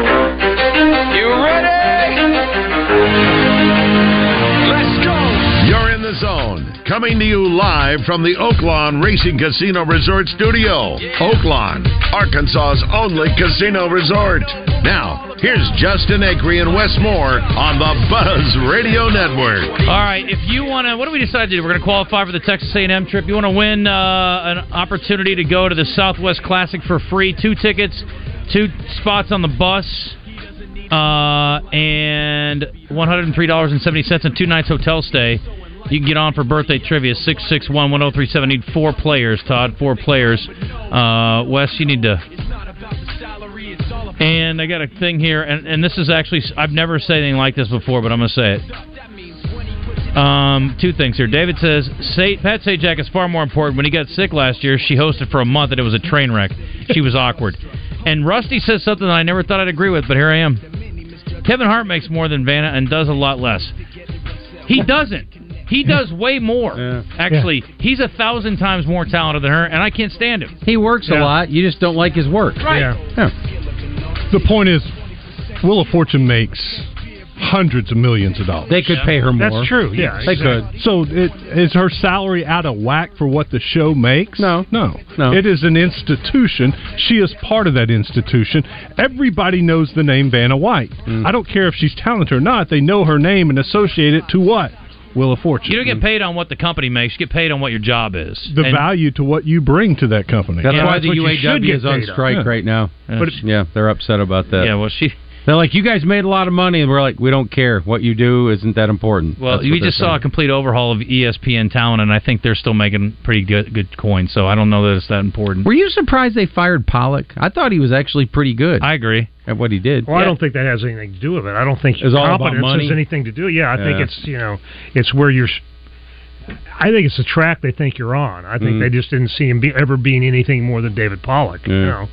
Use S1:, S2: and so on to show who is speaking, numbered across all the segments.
S1: You ready? Let's go.
S2: You're in the zone. Coming to you live from the Oaklawn Racing Casino Resort Studio. Oaklawn, Arkansas's only casino resort. Now, here's Justin Acree and Wes Moore on the Buzz Radio Network.
S3: All right, if you want to, what do we decide to do? We're going to qualify for the Texas A&M trip. You want to win uh, an opportunity to go to the Southwest Classic for free. Two tickets, two spots on the bus, uh, and $103.70 and two nights hotel stay. You can get on for birthday trivia, 661-1037. Need four players, Todd, four players. Uh, Wes, you need to and I got a thing here, and, and this is actually, I've never said anything like this before, but I'm going to say it. Um, two things here. David says, Sa Pat Sajak is far more important. When he got sick last year, she hosted for a month and it was a train wreck. She was awkward. And Rusty says something that I never thought I'd agree with, but here I am. Kevin Hart makes more than Vanna and does a lot less. He doesn't. He does way more. Actually, he's a thousand times more talented than her, and I can't stand him.
S4: He works
S3: Yeah.
S4: a lot. You just don't like his work.
S3: Right.
S5: The point is, Wheel of Fortune makes hundreds of millions of dollars.
S4: They could pay her more.
S5: Yeah,
S4: they
S5: could. So it, is her salary out of whack for what the show makes? No, no,
S4: No.
S5: It is an institution. She is part of that institution. Everybody knows the name Vanna White.
S4: Mm.
S5: I don't care if she's talented or not. They know her name and associate it to what Wheel of Fortune.
S3: You don't get paid on what the company makes. You get paid on what your job is.
S5: the
S3: And-
S5: value to what you bring to that company.
S4: That's why the
S5: what you should
S4: UAW
S5: get
S4: is on
S5: paid
S4: strike
S5: Yeah.
S4: right now.
S3: But-
S4: yeah, they're upset about that.
S3: Yeah, well, she.
S4: They're like, you guys made a lot of money, and we're like, we don't care. What you do isn't that important.
S3: Well,
S4: That's
S3: you
S4: what
S3: just
S4: they're
S3: saw a complete overhaul of E ESPN talent, and I think they're still making pretty good good coin. So I don't know that it's that important.
S4: saying. Were you surprised they fired Pollock? I thought he was actually pretty good
S3: I agree.
S4: at what he did.
S6: Well, I don't think that has anything to do with it. I don't think
S4: It's all about
S6: competence
S4: money?
S6: has anything to do. Yeah, I think
S4: Yeah.
S6: it's you know, it's where you're. s- I think it's the track they think you're on. I think
S4: Mm.
S6: they just didn't see him be, ever being anything more than David Pollock. You
S4: Yeah.
S6: know,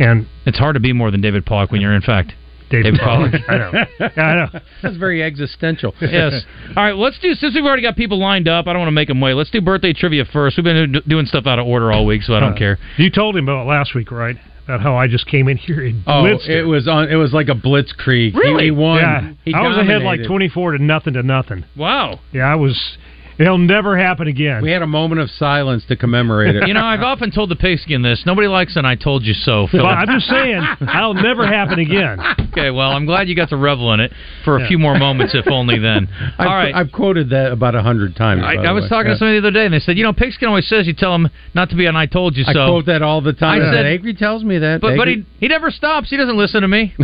S6: and
S3: It's hard to be more than David Pollock when you're in fact.
S6: David,
S3: David
S6: Pollock.
S3: Pollock.
S6: I know. Yeah, I know.
S4: That's very existential.
S3: Yes. All right. Let's do since we've already got people lined up. I don't want to make them wait. Let's do birthday trivia first. We've been do- doing stuff out of order all week, so I
S6: Uh,
S3: don't care.
S6: You told him about last week, right? About how I just came in here and
S4: Oh,
S6: blitzed
S4: it
S6: him.
S4: was on. It was like a blitzkrieg. He-
S3: Really?
S4: He, won.
S6: Yeah,
S4: He
S6: I was ahead like
S4: dominated.
S6: twenty-four to nothing to nothing.
S3: Wow.
S6: Yeah, I was. It'll never happen again.
S4: We had a moment of silence to commemorate it.
S3: You know, I've often told the pigskin this. Nobody likes an "I told you so."
S6: But
S3: Philip.
S6: I'm just saying, that'll never happen again.
S3: okay. Well, I'm glad you got to revel in it for a
S6: Yeah.
S3: few more moments, if only. Then.
S4: I've,
S3: All right.
S4: I've quoted that about a hundred times. by
S3: I,
S4: the
S3: I was
S4: way.
S3: talking
S4: Yeah.
S3: to somebody the other day, and they said, you know, Pigskin always says you tell him not to be on I Told You So.
S4: I quote that all the time.
S3: I
S4: I
S3: said-
S4: said, Agri tells me that.
S3: but but
S4: Agri-
S3: he, he never stops. He doesn't listen to me.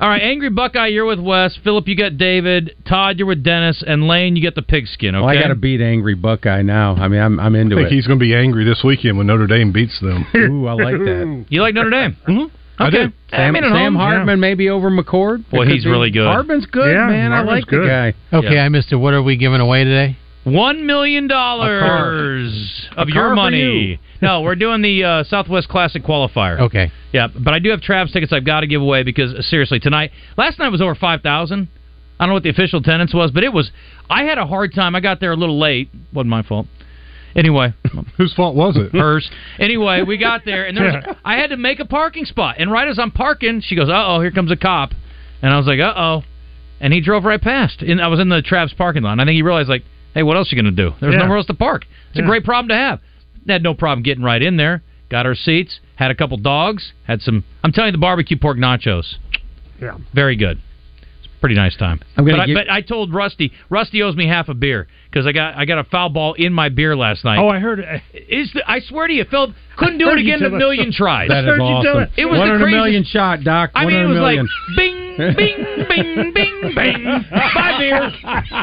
S3: All right, Angry Buckeye, you're with Wes. Philip, you got David. Todd, you're with Dennis. And Lane, you get the Pigskin, okay?
S4: Well, I got to beat Angry Buckeye now. I mean, I'm I'm into
S5: I think
S4: it.
S5: he's going to be angry this weekend when Notre Dame beats them.
S4: Ooh, I like that.
S3: you like Notre Dame? mm-hmm.
S5: I
S3: Okay.
S5: do.
S3: I
S4: Sam,
S3: mean, at
S4: Sam
S3: home,
S4: Hartman maybe over McCord.
S3: Boy,
S4: It could
S3: he's
S4: be.
S3: really good.
S4: Hartman's good,
S6: Yeah,
S4: man. I
S6: Hartman's
S4: like
S6: good.
S4: the guy.
S7: Okay,
S3: Yeah.
S7: I missed it. What are we giving away today?
S3: One million dollars of
S4: car
S3: your
S4: for
S3: money.
S4: you.
S3: no, we're doing the uh, Southwest Classic qualifier.
S7: Okay.
S3: Yeah, but I do have Trav's tickets I've got to give away because uh, seriously, tonight last night was over five thousand. I don't know what the official attendance was, but it was. I had a hard time. I got there a little late. wasn't my fault. Anyway,
S5: Whose fault was it?
S3: hers. Anyway, we got there, and there was, I had to make a parking spot. And right as I'm parking, she goes, "Uh oh, here comes a cop," and I was like, "Uh oh," and he drove right past. And I was in the Trav's parking lot. And I think he realized, like, "Hey, what else are you gonna do? There's
S6: Yeah.
S3: nowhere else to park. It's a
S6: Yeah.
S3: great problem to have." Had no problem getting right in there. Got our seats. Had a couple dogs. Had some. I'm telling you, the barbecue pork nachos.
S6: Yeah.
S3: Very good. It's a Pretty nice time.
S4: I'm gonna
S3: but,
S4: give-
S3: I, but I told Rusty. Rusty owes me half a beer because I got I got a foul ball in my beer last night.
S6: Oh, I heard. it.
S3: Is the, I swear to you, Phil couldn't do it
S6: Heard you
S3: again in a
S6: tell us.
S3: million tries.
S4: That is
S6: heard you do
S4: awesome.
S6: it.
S3: It was
S4: one
S3: the
S4: in
S3: craziest-
S4: a million shot, Doc.
S3: I
S4: one
S3: mean,
S4: in
S3: it
S4: a
S3: was like
S4: million.
S3: bing, bing, bing, bing, bing. Bye, beer.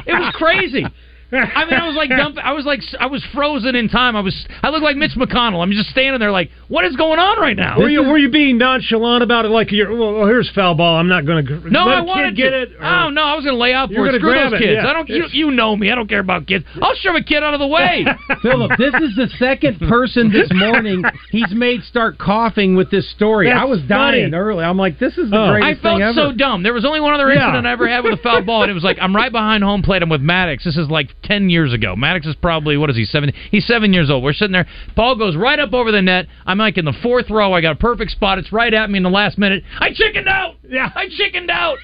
S3: It was crazy. I mean, I was like dump. I was like, I was frozen in time. I was, I looked like Mitch McConnell. I'm just standing there, like, what is going on right now?
S8: Were you were you being nonchalant about it? Like, you're, well, here's foul ball. I'm not going to.
S3: No,
S8: let a
S3: I
S8: kid
S3: wanted
S8: get
S3: to.
S8: it. or-
S3: oh no, I was going to lay out
S8: You're
S3: for it.
S8: gonna
S3: Screw
S8: grab
S3: those
S8: it,
S3: kids.
S8: yeah.
S3: I don't. You, you know me. I don't care about kids. I'll shove a kid out of the way.
S4: Philip, this is the second person this morning he's made start coughing with this story. I
S3: That's
S4: was dying
S3: funny.
S4: early. I'm like, this is the
S3: Oh.
S4: greatest
S3: I felt
S4: thing ever.
S3: so dumb. There was only one other
S4: Yeah.
S3: incident I ever had with a foul ball, and it was like I'm right behind home plate. I'm with Maddox. This is like ten years ago. Maddox is probably what is he seven? He's seven years old. We're sitting there. Ball goes right up over the net. I'm like in the fourth row. I got a perfect spot. It's right at me in the last minute. I chickened out. Yeah, I chickened out.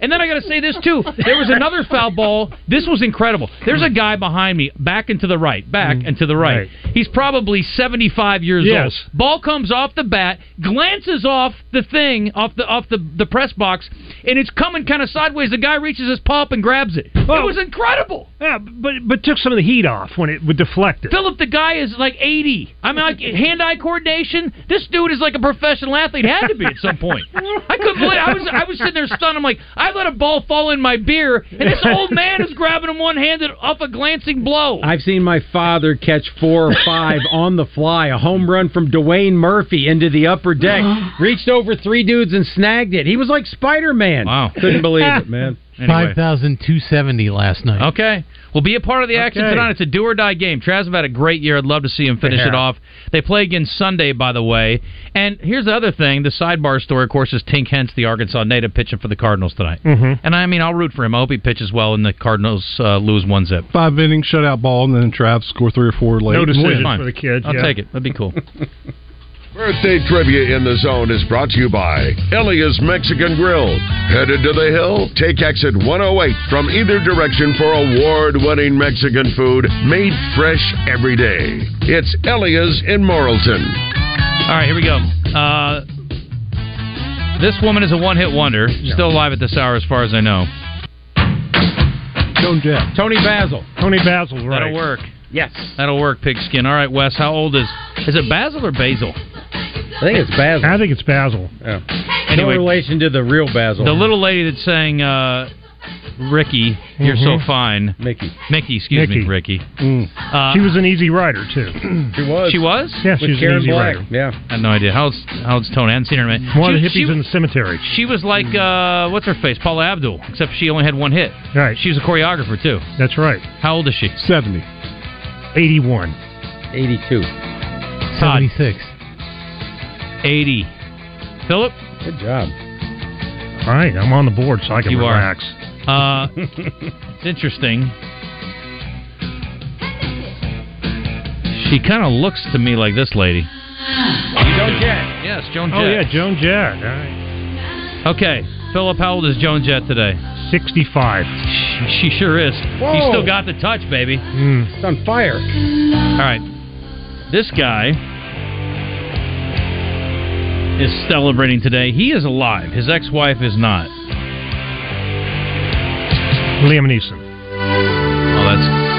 S3: And then I got to say this too. There was another foul ball. This was incredible. There's a guy behind me, back and to the right, back and to the right. He's probably 75 years
S8: Yes.
S3: old. Ball comes off the bat, glances off the thing, off the off the, the press box, and it's coming kind of sideways. The guy reaches his paw up and grabs it. It was incredible.
S8: Yeah, but but took some of the heat off when it would deflect it.
S3: Philip, the guy is like 80. I mean, like, hand-eye coordination. This dude is like a professional athlete. Had to be at some point. I couldn't believe. I was I was sitting there stunned. I'm like, I let a ball fall in my beer, and this old man is grabbing him one-handed off a glancing blow.
S4: I've seen my father catch four or five on the fly, a home run from Dwayne Murphy into the upper deck, reached over three dudes and snagged it. He was like Spider Man. Wow. Couldn't believe it, man.
S7: Five thousand two seventy last night.
S3: Okay. We'll be a part of the action
S7: Okay.
S3: tonight. It's a do or die game. Traz have had a great year. I'd love to see him finish
S7: Yeah.
S3: it off. They play again Sunday, by the way. And here's the other thing: the sidebar story, of course, is Tink Hentz, the Arkansas native, pitching for the Cardinals tonight.
S5: Mhm.
S3: And I mean, I'll root for him. I hope he pitches well, and the Cardinals uh, lose one zip.
S5: Five inning shutout ball, and then Trav score three or four late.
S3: Win.
S5: and win.
S3: Fine. I'll take it. That'd be cool.
S2: Birthday trivia in the zone is brought to you by Elia's Mexican Grill. Headed to the hill? Take exit 108 from either direction for award-winning Mexican food made fresh every day. It's Elia's in Morrilton.
S3: All right, here we go. Uh, this woman is a one-hit wonder. Still alive at this hour, as far as I know.
S5: Joan Jett.
S3: Tony Basil.
S8: Tony Basil, right.
S3: That'll work.
S4: Yes.
S3: That'll work, pigskin. All right, Wes, how old is is it Basil or Basil?
S4: I think it's Basil.
S8: I think it's Basil.
S4: Yeah.
S3: Anyway.
S4: no relation to the real Basil.
S3: The little lady that sang uh, Ricky, You're
S8: Mhm.
S3: So Fine.
S4: Mm-hmm. Mickey.
S3: Mickey, excuse me,
S8: Mickey.
S3: Ricky.
S8: Mm.
S3: Uh,
S8: she was an easy rider too.
S4: she was.
S3: She was?
S8: Yeah, she was an easy rider.
S4: Yeah.
S3: I had no idea. How old's, how old's Tony? I haven't seen her in a minute.
S8: One of the hippies
S3: she,
S8: in the cemetery.
S3: she, she was like, uh, what's her face? Paula Abdul, except she only had one hit.
S8: Right.
S3: She was a choreographer, too.
S8: That's right.
S3: How old is she?
S5: 70.
S8: 81.
S4: 82.
S3: Todd,
S7: 76.
S3: 80. Philip?
S4: Good job.
S8: All right, I'm on the board, so I can
S3: You are.
S8: relax.
S3: Uh, it's interesting. She kind of looks to me like this lady.
S8: Joan Jett.
S3: Yes, Joan
S8: Oh yeah,
S3: Jett.
S8: Joan Jett. All right.
S3: Okay, Philip, how old is Joan Jett today?
S8: 65.
S3: She sure is. You
S4: Whoa.
S3: still got the touch, baby.
S8: Mm.
S4: It's on fire.
S3: All right. This guy is celebrating today. He is alive. His ex wife is not.
S8: Liam Neeson.
S3: Oh, that's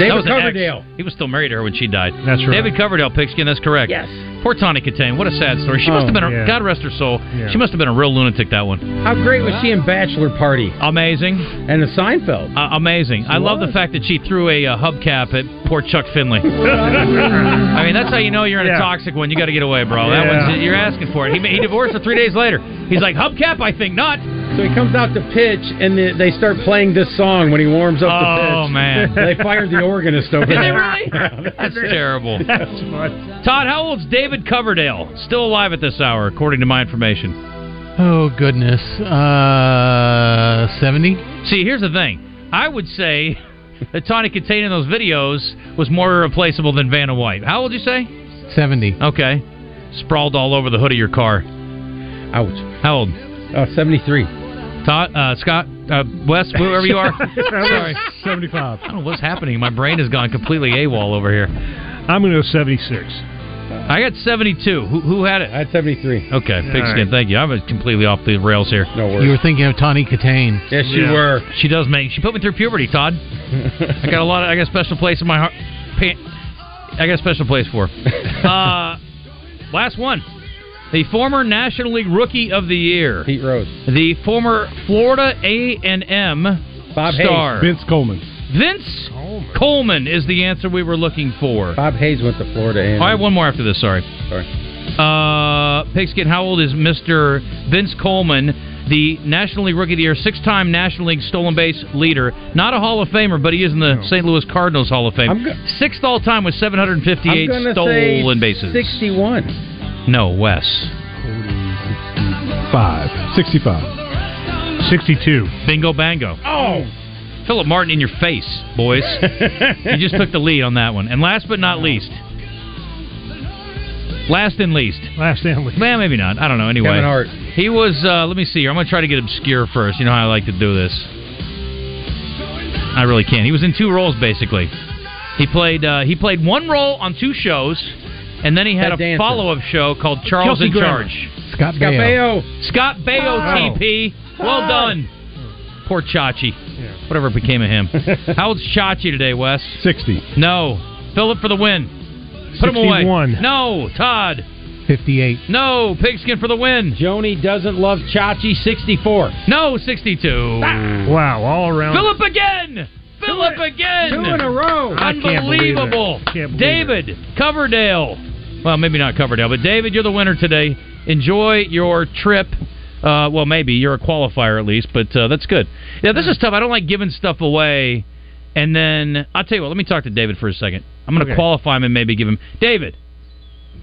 S8: David
S3: that was an ex.
S8: Coverdale.
S3: He was still married to her when she died.
S8: That's right.
S3: David Coverdale, pigskin. That's correct. Yes. Poor Tawny Katane. What a sad story. She must
S4: Oh,
S3: have been. A,
S4: yeah.
S3: God rest her soul.
S4: Yeah.
S3: She must have been a real lunatic. That one.
S4: How great was she in Bachelor Party?
S3: Amazing.
S4: And the Seinfeld.
S3: Uh, amazing. I love the fact that she threw a uh, hubcap at poor Chuck Finley. I mean, that's how you know you're in a
S4: Yeah.
S3: toxic one. You got to get away, bro. That
S4: Yeah.
S3: one's you're asking for it. He, he divorced her three days later. He's like hubcap. I think not.
S4: So he comes out to pitch, and the, they start playing this song when he warms up the pitch.
S3: Oh, man.
S4: They fired the organist over
S3: Did they
S4: there.
S3: really? That's terrible. Todd, how old's David Coverdale? Still alive at this hour, according to my information.
S7: Oh goodness. Uh, seventy.
S3: See, here's the thing. I would say that Tawny Katane in those videos was more irreplaceable than Vanna White. How old did you say?
S7: 70.
S3: Okay. Sprawled all over the hood of your car. Ouch. How old?
S4: Uh, 73.
S3: Todd, uh, Scott, uh, Wes, whoever you are. Sorry.
S5: 75.
S3: I don't know what's happening. My brain has gone completely AWOL over here.
S8: I'm going to go 76.
S3: I got 72. Who, who had it? I
S4: had 73.
S3: Okay,
S7: All
S3: pigskin.
S7: right.
S3: Thank you. I was completely off the rails here.
S4: No
S7: You were thinking of Tawny Katane.
S4: Yes,
S3: you Yeah. were. She does make. She put me through puberty, Todd. I got a lot. Of, I got a special place in my heart. Pan, I got a special place for. her. Uh, last one. The former National League Rookie of the Year,
S4: Pete Rose.
S3: the former Florida A and M
S4: Bob
S3: star,
S5: Vince Coleman.
S3: Vince Coleman is the answer we were looking for.
S4: Bob Hayes went to Florida.
S3: All
S4: And
S3: right, one more after this. Sorry.
S4: Sorry.
S3: Uh, Pigskin, how old is Mr. Vince Coleman, the National League Rookie of the Year, six time National League stolen base leader? Not a Hall of Famer, but he is in the St. Louis Cardinals Hall of Fame. Sixth all time with
S4: I'm
S3: 758
S4: gonna say
S3: stolen bases.
S4: 61.
S3: No, Wes.
S5: Five. 65.
S3: 62. Bingo bango.
S4: Oh.
S3: Philip Martin in your face, boys. you just took the lead on that one. And last but not least, last and least.
S6: Last and least.
S3: Well, maybe not. I don't know. Anyway,
S6: Kevin Hart.
S3: He was. Uh, let me see here. I'm gonna try to get obscure first. You know how I like to do this. I really can. He was in two roles basically. He played. Uh, he played one role on two shows, and then he had
S4: Ted
S3: a
S4: Danson.
S3: follow-up show called Charles
S4: Kelsey
S3: in
S4: Grammer.
S3: Charge.
S7: Scott,
S3: Scott
S4: Baio.
S3: Scott Baio
S4: Oh.
S3: TP. Well
S4: Oh.
S3: done. Poor Chachi. Whatever became of him. How old's Chachi today, Wes?
S5: 60.
S3: No. Philip for the win. Put him away.
S7: 61.
S3: No, Todd.
S7: 58.
S3: No, Pigskin for the win.
S4: Joni doesn't love Chachi, 64.
S3: No, 62.
S6: Wow, all around.
S3: Philip again. Philip again.
S4: Two in a row. I can't believe it.
S3: Unbelievable.
S4: Can't believe
S3: David Coverdale. Well, maybe not Coverdale, but David, you're the winner today. Enjoy your trip. Uh, well, maybe you're a qualifier at least, but uh, that's good. Yeah, this is tough. I don't like giving stuff away. And then I'll tell you what. Let me talk to David for a second. I'm going to
S9: Okay.
S3: qualify him and maybe give him David.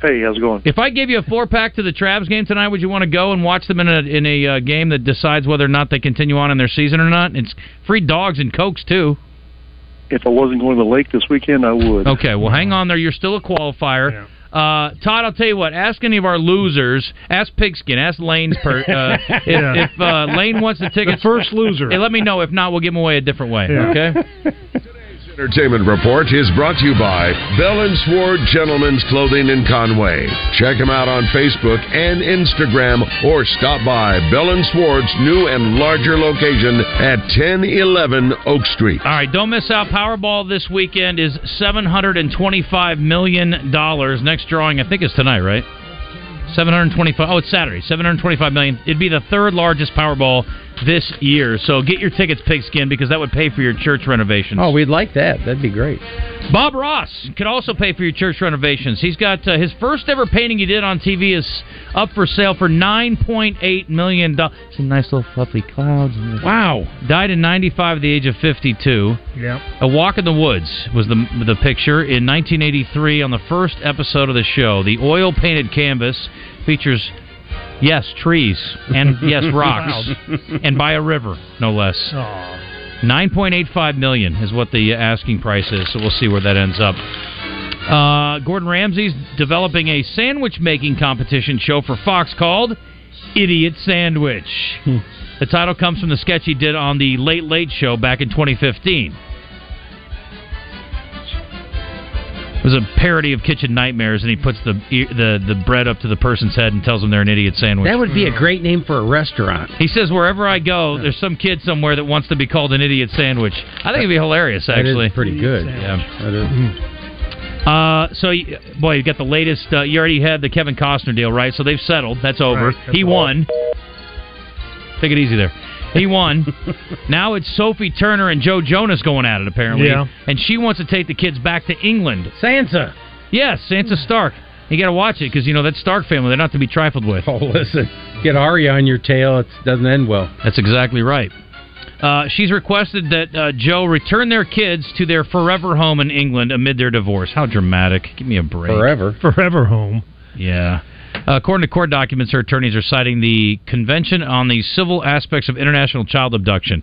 S9: Hey, how's it going?
S3: If I gave you a four pack to the Travs game tonight, would you want to go and watch them in a in a uh, game that decides whether or not they continue on in their season or not? It's free dogs and cokes too.
S9: If I wasn't going to the lake this weekend, I would.
S3: Okay, well, hang on there. You're still a qualifier. Uh, Todd, I'll tell you what. Ask any of our losers. Ask Pigskin. Ask Lane's per. Uh, if
S6: Yeah.
S3: if uh, Lane wants the tickets, first loser. Hey, let me know. If not, we'll give them away a different way.
S2: Yeah.
S3: Okay.
S2: Entertainment Report is brought to you by Bell and Sword Gentlemen's Clothing in Conway. Check them out on Facebook and Instagram or stop by Bell and Sword's new and larger location at 1011 Oak Street.
S3: All right, don't miss out. Powerball this weekend is seven hundred and twenty-five million dollars. Next drawing, I think, is tonight, right? Seven hundred twenty-five. Oh, it's Saturday. Seven hundred twenty-five million. It'd be the third largest Powerball this year. So get your tickets, Pigskin, because that would pay for your church renovations.
S4: Oh, we'd like that. That'd be great.
S3: Bob Ross could also pay for your church renovations. He's got uh, his first ever painting he did on TV is up for sale for nine point eight million dollars. Some nice little fluffy clouds. Wow! Died in ninety five at the age of fifty two.
S6: Yeah.
S3: A Walk in the Woods was the the picture in 1983 on the first episode of the show. The oil painted canvas features yes trees and yes rocks
S1: Wow.
S3: and by a river no less.
S4: Uh,
S3: Nine point eight five million is what the uh, asking price is, so we'll see where that ends up. Uh, Gordon Ramsay's developing a sandwich making competition show for Fox called Idiot Sandwich.
S4: Hmm.
S3: The title comes from the sketch he did on the Late Late Show back in 2015. It was a parody of Kitchen Nightmares, and he puts the ear- the the bread up to the person's head and tells them they're an idiot sandwich.
S4: That would be a great name for a restaurant.
S3: He says wherever I go, there's some kid somewhere that wants to be called an idiot sandwich. I think it'd be hilarious,
S4: That is
S3: actually.
S4: pretty good.
S3: Yeah.
S4: That is.
S3: Uh, so, y- boy, you got the latest. Uh, you already had the Kevin Costner deal, right? So they've settled. That's over.
S4: Right.
S3: he won. Take it easy there. He won. now it's Sophie Turner and Joe Jonas going at it, apparently.
S6: Yeah.
S3: And she wants to take the kids back to England. Sansa. Yes, Sansa Stark. You got to watch it because, you know, that Stark family, they're not to be trifled with.
S4: Oh, listen. Get Arya on your tail. It doesn't end well.
S3: That's exactly right. Uh, she's requested that uh, Joe return their kids to their forever home in England amid their divorce. How dramatic. Give me a break.
S4: Forever.
S6: Forever home.
S3: Yeah. Uh, according to court documents, her attorneys are citing the Convention on the Civil Aspects of International Child Abduction.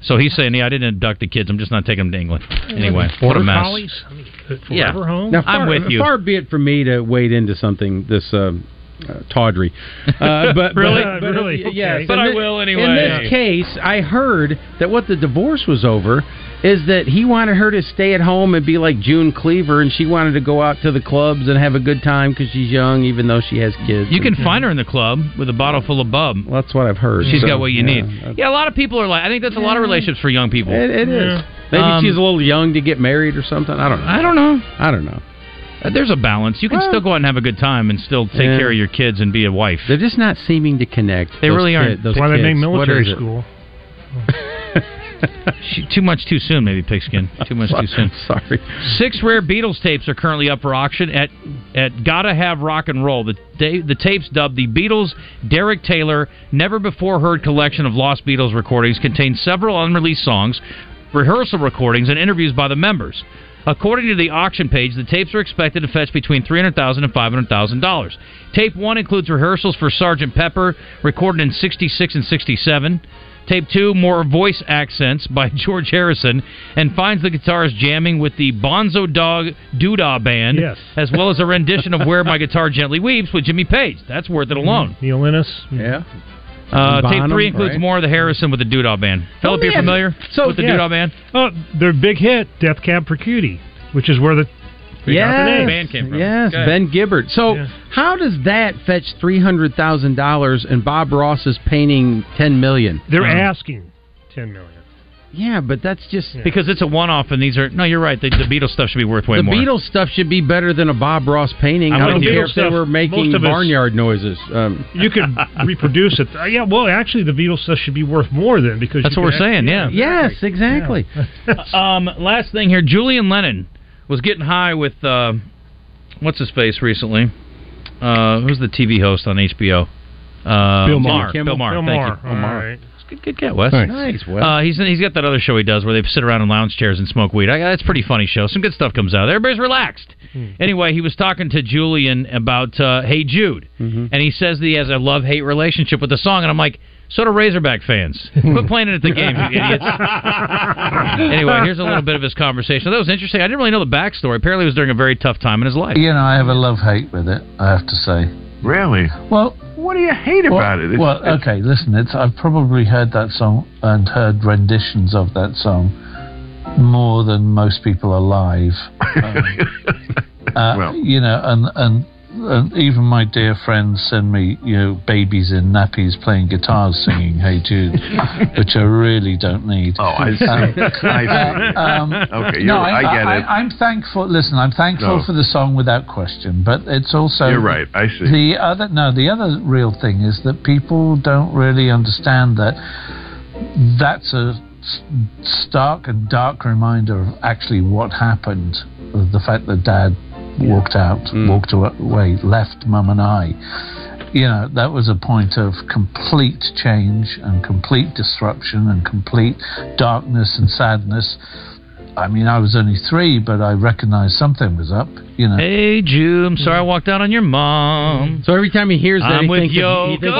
S3: So he's saying, yeah, I didn't abduct the kids. I'm just not taking them to England. Anyway, what a
S4: Border
S3: mess.
S4: collies?
S6: Forever
S3: Yeah.
S6: home.
S4: Now, far,
S3: I'm with you.
S4: Far be it for me to wade into something this um, uh, tawdry. Uh, but
S3: Really?
S4: but, but,
S3: Really?
S4: uh, yes.
S3: Okay. But
S4: In
S3: I
S4: thi-
S3: will anyway.
S4: In this
S3: Yeah.
S4: case, I heard that what the divorce was over is that he wanted her to stay at home and be like June Cleaver, and she wanted to go out to the clubs and have a good time because she's young, even though she has kids.
S3: You can find her in the club with a bottle full of bub.
S4: Well, that's what I've heard.
S3: She's
S4: She's
S3: got what you need. Yeah, a lot of people are like, I think that's a lot of relationships for young people.
S4: It, it is. Maybe
S3: Um,
S4: she's a little young to get married or something. I don't know.
S3: I don't know.
S4: I don't know.
S3: Uh, There's a balance. You can still go out and have a good time and still take
S4: Yeah.
S3: care of your kids and be a wife.
S4: They're just not seeming to connect.
S3: They
S4: Those
S3: really
S4: kid-
S3: aren't.
S4: those
S6: Why they
S4: kids.
S6: named
S4: What
S6: military
S4: is it?
S6: school.
S3: She, too much too soon, maybe pigskin. Too much too soon.
S10: Sorry.
S3: Six rare Beatles tapes are currently up for auction at at Gotta Have Rock and Roll. The da- the tapes dubbed the Beatles Derek Taylor Never Before Heard collection of lost Beatles recordings contain several unreleased songs, rehearsal recordings, and interviews by the members. According to the auction page, the tapes are expected to fetch between three hundred thousand and five hundred thousand dollars. Tape one includes rehearsals for Sgt. Pepper, recorded in '66 and '67. Tape two, more voice accents by George Harrison, and finds the guitarist jamming with the Bonzo Dog Doodah Band,
S6: Yes.
S3: as well as a rendition of "Where My Guitar Gently Weeps" with Jimmy Page. That's worth it alone.
S6: Neil Innes. Yeah.
S3: Uh,
S6: Mm-hmm.
S3: tape
S6: Bonham,
S3: three includes
S6: right.
S3: more of the Harrison with the Doodah Band. Philip, you're familiar with the Doodah Band?
S6: Oh, their big hit, Death Cab for Cutie, which is where the
S3: Yes.
S6: the
S3: Band came from.
S10: Yes,
S3: Okay.
S10: Ben Gibbard. So, how does that fetch three hundred thousand dollars and Bob Ross is painting ten million? Um,
S6: They're
S3: Uh-huh.
S6: asking ten million.
S10: Yeah, but that's just
S3: because it's a one-off, and these are no. You're right. The, the Beatles stuff should be worth way
S10: the
S3: more.
S10: Beatles stuff should be better than a Bob Ross painting.
S3: I'm
S10: I
S3: with
S10: don't
S3: you.
S10: care
S3: Beatles
S10: if they
S3: stuff,
S10: were making
S3: most of it's-
S10: barnyard noises. Um,
S6: You could reproduce it. Uh, yeah, well, actually, the Beatles stuff should be worth more then because
S3: That's
S6: you
S3: what we're
S6: could act-
S3: saying, yeah.
S10: Yes, exactly.
S3: um, last thing here, Julian Lennon was getting high with uh, what's his face recently. Uh, who's the TV host on HBO? Uh,
S5: Bill Maher.
S3: Bill Maher.
S5: Bill
S3: thank
S5: Maher.
S3: you.
S5: All right.
S3: Good, good cat, Wes.
S5: Thanks.
S3: Uh, he's he's got that other show he does where they sit around in lounge chairs and smoke weed. I, that's a pretty funny show. Some good stuff comes out. of there. Everybody's relaxed.
S10: Hmm.
S3: Anyway, he was talking to Julian about uh, Hey Jude, and he says that he has a love hate relationship with the song. And I'm like, so do Razorback fans. Quit playing it at the game, you idiots. anyway, here's a little bit of his conversation. That was interesting. I didn't really know the backstory. Apparently, it was during a very tough time in his life.
S11: You know, I have a love hate with it. I have to say. Really? Well, what do you hate
S12: about it? It's-
S11: well, okay. Listen, it's I've probably heard that song and heard renditions of that song more than most people alive. Um, uh, you know, and and. And even my dear friends send me, you know, babies in nappies playing guitars singing "Hey Jude," which I really don't need. Oh,
S12: I see. I see.
S11: uh, um,
S12: Okay, you're- I get it.
S11: I'm thankful. Listen, I'm thankful
S12: No.
S11: for the song without question, but it's also
S12: You're right, I see.
S11: The other no, the other real thing is that people don't really understand that that's a s- stark and dark reminder of actually what happened, of the fact that Dad walked out,
S3: Mm.
S11: walked awa- away, left Mum and I. You know, that was a point of complete change and complete disruption and complete darkness and sadness. I mean, I was only three, but I recognized something was up. You know.
S3: Hey Jude, I'm sorry I walked out on your mom.
S10: So every time he hears that,
S3: I'm
S10: he
S3: with
S10: thinks of, he
S3: Yoko, Mm-hmm.
S10: thinks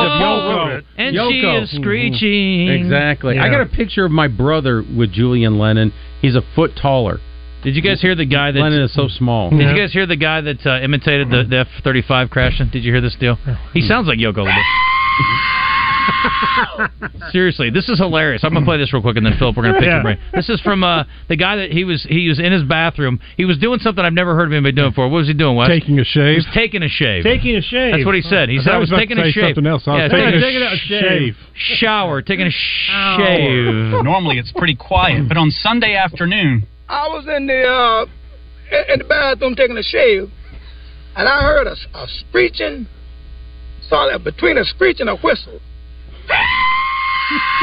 S10: of Yoko,
S3: and
S10: Yoko.
S3: she is screeching.
S10: Exactly. I got a picture of my brother with Julian Lennon. He's a foot taller.
S3: Did you guys hear the guy that
S10: Lennon is so small?
S3: Did you guys hear the guy that uh, imitated the, the F-35 crashing? Did you hear this deal? He sounds like Yoko. a little bit. Seriously, this is hilarious. I'm gonna play this real quick, and then Philip, we're gonna pick
S1: Yeah.
S3: your brain. This is from uh, the guy that he was he was in his bathroom. He was doing something I've never heard of anybody doing before. What was he doing? Wes?
S5: Taking a
S3: He
S5: shave.
S3: was taking a shave.
S6: Taking a shave. Uh,
S3: That's what he said. He
S5: I
S3: said
S5: thought
S3: I
S5: he was
S3: was
S5: about to
S3: taking a
S5: say
S3: shave.
S5: something else. I was
S3: Yeah,
S5: taking a shave.
S3: Shower, taking a shave.
S13: Normally it's pretty quiet, but on Sunday afternoon,
S14: I was in the uh, in- in the bathroom taking a shave, and I heard a, a screeching. Saw that between a screech and a whistle.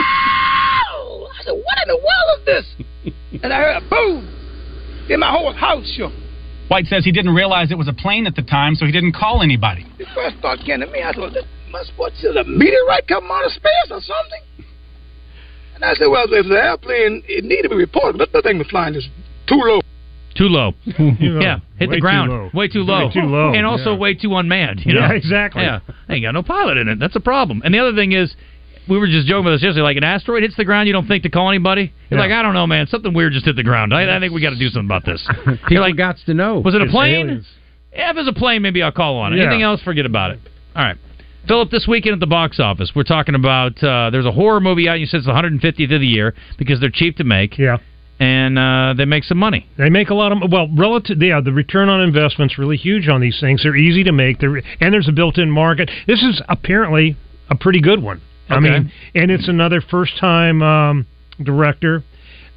S14: I said, "What in the world is this?" And I heard a boom. Then my whole house shook.
S13: White says he didn't realize it was a plane at the time, so he didn't call anybody.
S14: The first thought came to me. I thought, "This must what is a meteorite coming out of space or something?" And I said, "Well, if the airplane, it needed to be reported. But the thing was flying just too low."
S3: Too low. yeah, hit the
S14: Way too
S3: ground.
S14: low.
S3: Way too low.
S14: Way too low,
S3: And also
S14: yeah.
S3: way too unmanned. You know?
S14: Yeah, exactly.
S3: Yeah, ain't got no pilot in it. That's a problem. And the other thing is, we were just joking with us yesterday. Like an asteroid hits the ground, you don't think to call anybody. You're
S10: Yeah.
S3: like, I don't know, man. Something weird just hit the ground. I, I think we got to do something about this.
S10: People like, got to know.
S3: Was it a plane? Yeah, if it's a plane, maybe I'll call on it.
S10: Yeah.
S3: Anything else, forget about it. All right. Philip, this weekend at the box office, we're talking about uh, there's a horror movie out. You said it's the 150th of the year because they're cheap to make.
S6: Yeah.
S3: And uh, they make some money.
S6: They make a lot of well, relative. Yeah, the return on investment's really huge on these things. They're easy to make. They're, and there's a built-in market. This is apparently a pretty good one. I
S15: Okay.
S6: mean, and it's another first-time um, director,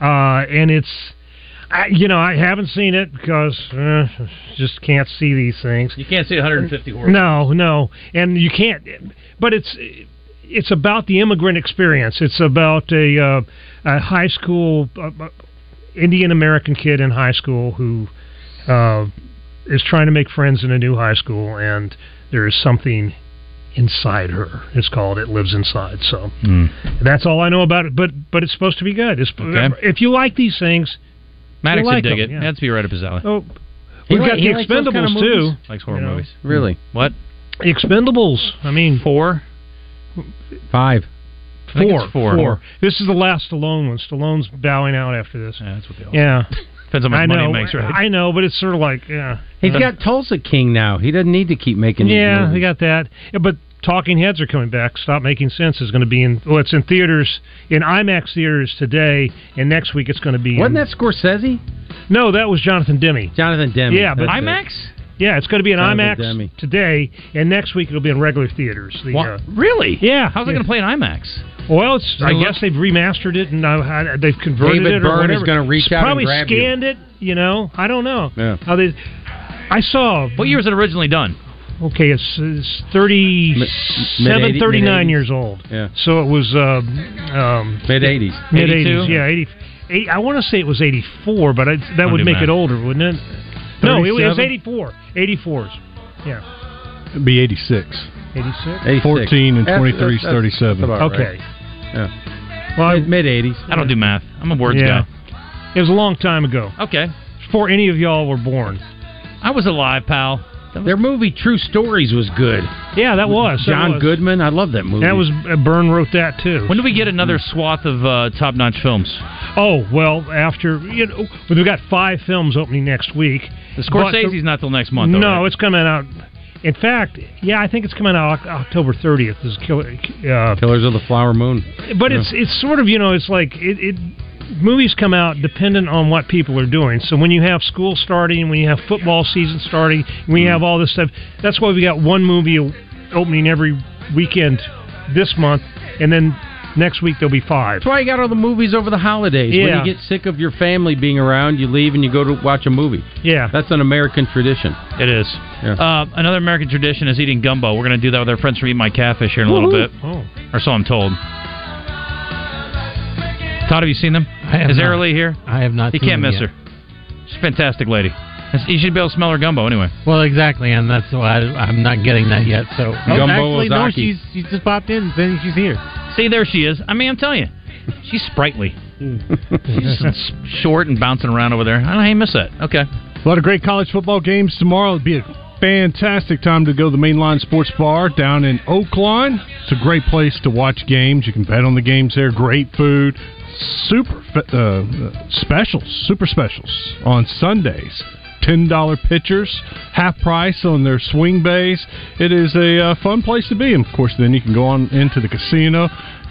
S6: uh, and it's. I, you know, I haven't seen it because uh, just can't see these things.
S3: You can't see 150 horror.
S6: No, no, and you can't. But it's it's about the immigrant experience. It's about a uh, a high school uh, uh, Indian American kid in high school who uh, is trying to make friends in a new high school, and there is something inside her. It's called "It Lives Inside." So
S3: Hmm.
S6: that's all I know about it. But but it's supposed to be good. It's,
S3: Okay.
S6: If you like these things,
S3: Maddox
S6: you
S3: would
S6: like
S3: dig
S6: them,
S3: it.
S6: yeah.
S3: That's be right up his alley.
S6: Oh, we've got the Expendables too.
S3: Likes horror
S6: You
S4: Oh,
S6: know.
S3: movies.
S6: Really?
S3: What?
S6: The Expendables. I mean,
S3: four,
S4: five.
S3: I think it's four.
S6: Four. This is the last Stallone one. Stallone's bowing out after this.
S3: Yeah, that's what they all
S6: Yeah.
S3: Depends how much
S6: I
S3: money
S6: know,
S3: he makes, right?
S6: I know, but it's sort of like, yeah.
S4: He's got Tulsa King now. He doesn't need to keep making. these
S6: Yeah, they
S4: movies.
S6: got that. Yeah, but Talking Heads are coming back. Stop Making Sense is going to be in. Well, it's in theaters in IMAX theaters today, and next week it's going to be.
S4: Wasn't
S6: in,
S4: that Scorsese?
S6: No, that was Jonathan Demme.
S4: Jonathan Demme.
S6: Yeah, but
S4: That's it.
S6: Yeah, it's going to be in
S4: Jonathan
S6: IMAX
S4: Demme.
S6: today, and next week it'll be in regular theaters. The,
S3: Wha-
S6: uh,
S3: really?
S6: Yeah.
S3: How's it
S6: yeah.
S3: going to play in IMAX?
S6: Well, it's, I
S3: Hello?
S6: guess they've remastered it and uh, they've converted
S3: David
S6: it.
S3: Byrne
S6: or
S3: is
S6: whatever.
S3: gonna reach
S6: It's
S3: out and
S6: probably
S3: grab you.
S6: scanned it. You know, I don't know
S3: Yeah.
S6: how they. I saw.
S3: What year was it originally done?
S6: Okay, it's, it's 37,
S3: mid-eighty-
S6: 39
S3: mid-eighties.
S6: years old.
S3: Yeah.
S6: So it was um, um,
S4: Mid eighties.
S6: mid 80s. Yeah, 80, eight- I want to say it was 84, but I, that
S4: Don't
S6: would
S4: do
S6: make
S4: math.
S6: it older, wouldn't it? No, it was
S5: 37?
S6: 84. 84s. Yeah.
S5: It'd be 86.
S6: 86?
S5: 14 and 23 is 37.
S6: Okay. Well,
S4: mid 80s.
S3: I don't do math. I'm a words
S6: Yeah. It was a long time ago.
S3: Okay.
S6: Before any of y'all were born.
S3: I was alive, pal.
S4: Their movie True Stories was good.
S6: Yeah, that was. That
S4: John
S6: was.
S4: Goodman. I love that movie.
S6: That was uh, Byrne wrote that too.
S3: When do we get another swath of uh, top-notch films?
S6: Oh well, after you know, we've got five films opening next week.
S3: The Scorsese's not till next month. though,
S6: no,
S3: right?
S6: it's coming out. In fact, yeah, I think it's coming out Oc- October 30th. Is Killer, uh,
S4: Killers of the Flower Moon.
S6: but
S4: Yeah.
S6: it's it's sort of you know it's like it, it movies come out dependent on what people are doing. So when you have school starting, when you have football season starting, when
S4: Mm.
S6: you have all this stuff, that's why we got one movie o- opening every weekend this month, and then next week there'll be five.
S4: That's why you got all the movies over the holidays.
S6: Yeah.
S4: When you get sick of your family being around, you leave and you go to watch a movie.
S6: Yeah.
S4: That's an American tradition.
S3: It is. Uh, another American tradition is eating gumbo. We're going to do that with our friends from Eat My Catfish here in a little
S4: Woohoo.
S3: bit.
S6: Oh.
S3: Or so I'm told. Todd, have you seen them?
S7: have
S3: is
S7: not.
S3: Arilee here?
S7: I have not
S3: You
S7: seen
S3: can't
S7: them
S3: miss
S7: yet.
S3: her. She's a fantastic lady. You should be able to smell her gumbo anyway.
S7: Well, exactly, and that's why I, I'm not getting that yet. So
S3: Gumbo
S7: Oh, actually, no,
S3: Ozaki.
S7: she's she just popped in, saying she's here.
S3: See, there she is. I mean, I'm telling you, she's sprightly.
S7: Hmm.
S3: she's s- short and bouncing around over there. I don't I miss that. Okay.
S5: A lot of great college football games tomorrow. It'd be a fantastic time to go to the Mainline Sports Bar down in Oaklawn. It's a great place to watch games. You can bet on the games there. Great food. Super fe- uh, uh, specials, super specials on Sundays. $10 pitchers, half price on their swing bays. It is a uh, fun place to be. And of course, then you can go on into the casino.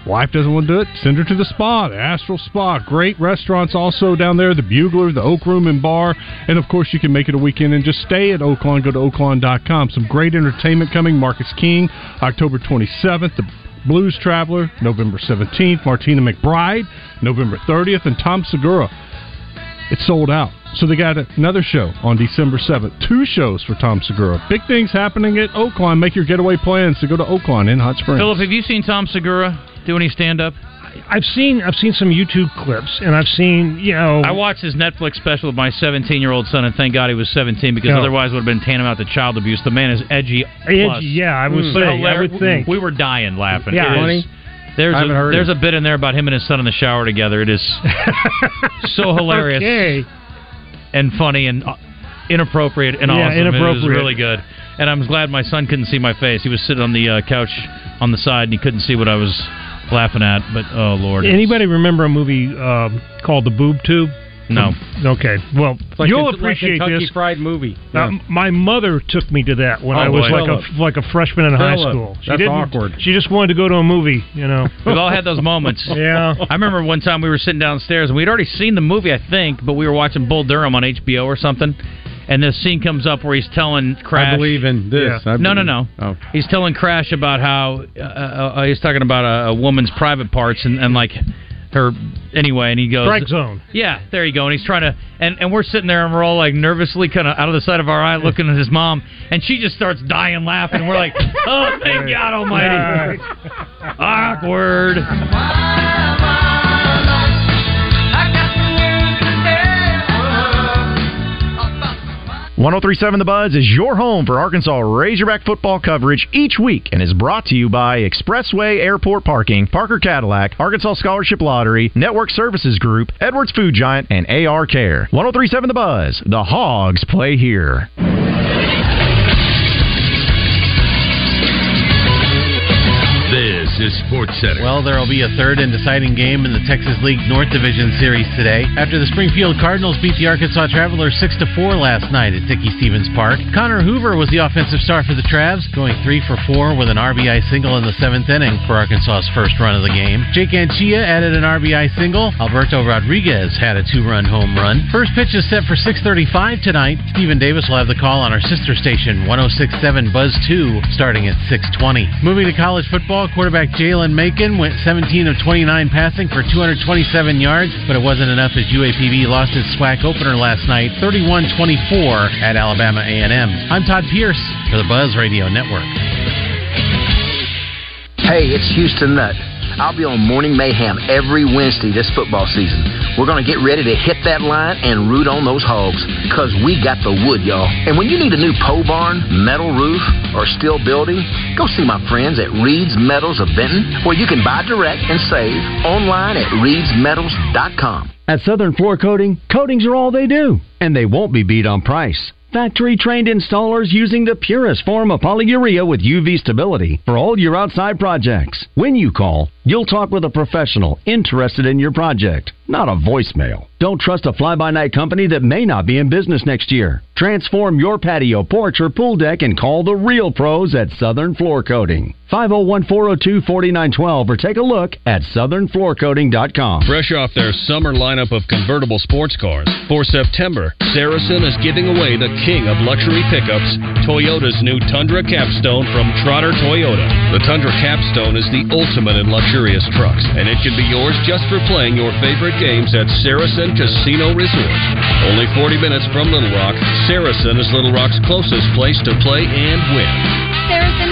S5: Wife doesn't want to do it. Send her to the spa, the Astral Spa. Great restaurants also down there, the Bugler, the Oak Room and Bar. And of course, you can make it a weekend and just stay at Oaklawn. Go to oaklawn.com. Some great entertainment coming. Marcus King, October 27th. The Blues Traveler, November 17th. Martina McBride, November 30th. And Tom Segura. It's sold out. So they got another show on December 7th. Two shows for Tom Segura. Big things happening at Oaklawn. Make your getaway plans to go to Oaklawn in Hot Springs.
S3: Philip, have you seen Tom Segura do any stand up?
S6: I've seen I've seen some YouTube clips, and I've seen you know
S3: I watched his Netflix special with my 17 year old son, and thank God he was 17 because
S6: Yeah.
S3: otherwise would have been tantamount to child abuse. The man is edgy.
S6: Edgy,
S3: plus.
S6: yeah, I would
S3: Mm.
S6: say,
S3: But
S6: I
S3: hilarious-
S6: would think.
S3: we were dying laughing.
S6: Yeah.
S3: It
S6: Funny?
S3: is- There's
S6: I haven't
S3: a,
S6: heard
S3: there's
S6: it.
S3: a bit in there about him and his son in the shower together. It is so hilarious
S6: Okay.
S3: and funny and uh, inappropriate and
S6: Yeah,
S3: awesome. It was
S6: inappropriate.
S3: really good, and I'm glad my son couldn't see my face. He was sitting on the uh, couch on the side and he couldn't see what I was laughing at. But oh lord, it was-
S6: Anybody remember a movie um, called The Boob Tube?
S3: No.
S6: Okay. Well,
S4: Like
S6: you'll
S4: a- like a
S6: appreciate
S4: Kentucky
S6: this.
S4: Fried movie.
S6: Uh, my mother took me to that when
S4: Oh,
S6: I was
S4: boy.
S6: like a like a freshman in high
S4: Philip,
S6: school. She
S4: that's
S6: didn't,
S4: awkward.
S6: She just wanted to go to a movie, you know.
S3: We've all had those moments.
S6: Yeah.
S3: I remember one time we were sitting downstairs and we'd already seen the movie, I think, but we were watching Bull Durham on HBO or something. And this scene comes up where he's telling Crash.
S4: I believe in this.
S3: Yeah.
S4: I
S3: No, no,
S4: believe- Oh.
S3: He's telling Crash about how uh, uh, uh, he's talking about a, a woman's private parts and, and like her anyway, and he goes
S16: Strike zone.
S3: Yeah, there you go. And he's trying to, and, and we're sitting there and we're all like nervously, kind of out of the side of our eye, looking at his mom, and she just starts dying laughing. We're like, oh, thank God Almighty, awkward.
S15: One zero three seven The Buzz is your home for Arkansas Razorback football coverage each week and is brought to you by Expressway Airport Parking, Parker Cadillac, Arkansas Scholarship Lottery, Network Services Group, Edwards Food Giant, and AR Care. 1037 The Buzz, the Hogs play here.
S17: This is Sports Center. Well, there will be a third and deciding game in the Texas League North Division Series today. After the Springfield Cardinals beat the Arkansas Travelers 6 to 4 last night at Dickey Stevens Park, Connor Hoover was the offensive star for the Travs, going 3 for 4 with an RBI single in the seventh inning for Arkansas's first run of the game. Jake Anchia added an RBI single. Alberto Rodriguez had a two-run home run. First pitch is set for 6:35 tonight. Stephen Davis will have the call on our sister station 106.7 Buzz 2 starting at 6:20. Moving to college football, quarterback Jalen Macon went 17 of 29 passing for 227 yards, but it wasn't enough as UAPB lost its SWAC opener last night, 31-24 at Alabama A&M. I'm Todd Pierce for the Buzz Radio Network.
S1: Hey, it's Houston Nutt. I'll be on Morning Mayhem every Wednesday this football season. We're going to get ready to hit that line and root on those hogs because we got the wood, y'all. And when you need a new pole barn, metal roof, or steel building, go see my friends at Reed's Metals of Benton, where you can buy direct and save online at reedsmetals.com.
S18: At Southern Floor Coating, coatings are all they do, and they won't be beat on price. Factory trained installers using the purest form of polyurea with UV stability for all your outside projects. When you call, you'll talk with a professional interested in your project, not a voicemail. Don't trust a fly by night company that may not be in business next year. Transform your patio, porch, or pool deck and call the real pros at Southern Floor Coating. 501 402 4912 or take a look at southernfloorcoating.com.
S19: Fresh off their summer lineup of convertible sports cars, for September, Saracen is giving away the king of luxury pickups, Toyota's new Tundra Capstone from Trotter Toyota. The Tundra Capstone is the ultimate in luxurious trucks, and it can be yours just for playing your favorite games at Saracen Casino Resort. Only 40 minutes from Little Rock, Saracen is Little Rock's closest place to play and win.
S20: Saracen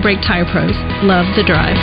S21: and Brake Tire Pros. Love the drive.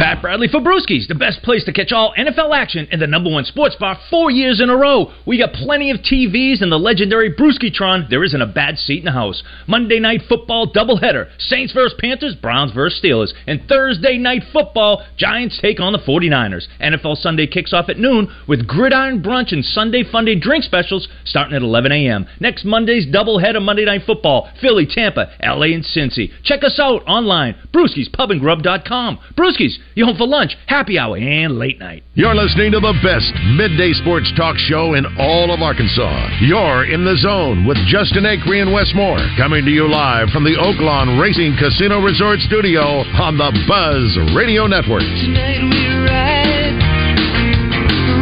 S22: Pat Bradley for Brewskis, the best place to catch all NFL action and the number one sports bar four years in a row. We got plenty of TVs and the legendary Brewskitron. There isn't a bad seat in the house. Monday night football doubleheader: Saints versus Panthers, Browns versus Steelers, and Thursday night football: Giants take on the 49ers. NFL Sunday kicks off at noon with gridiron brunch and Sunday Funday drink specials starting at 11 a.m. Next Monday's doubleheader Monday night football: Philly, Tampa, LA, and Cincy. Check us out online: brewskispubandgrub.com. Brewskis, you home for lunch, happy hour, and late night.
S2: You're listening to the best midday sports talk show in all of Arkansas. You're in the zone with Justin Acree and Wes Moore, coming to you live from the Oaklawn Racing Casino Resort Studio on the Buzz Radio Network.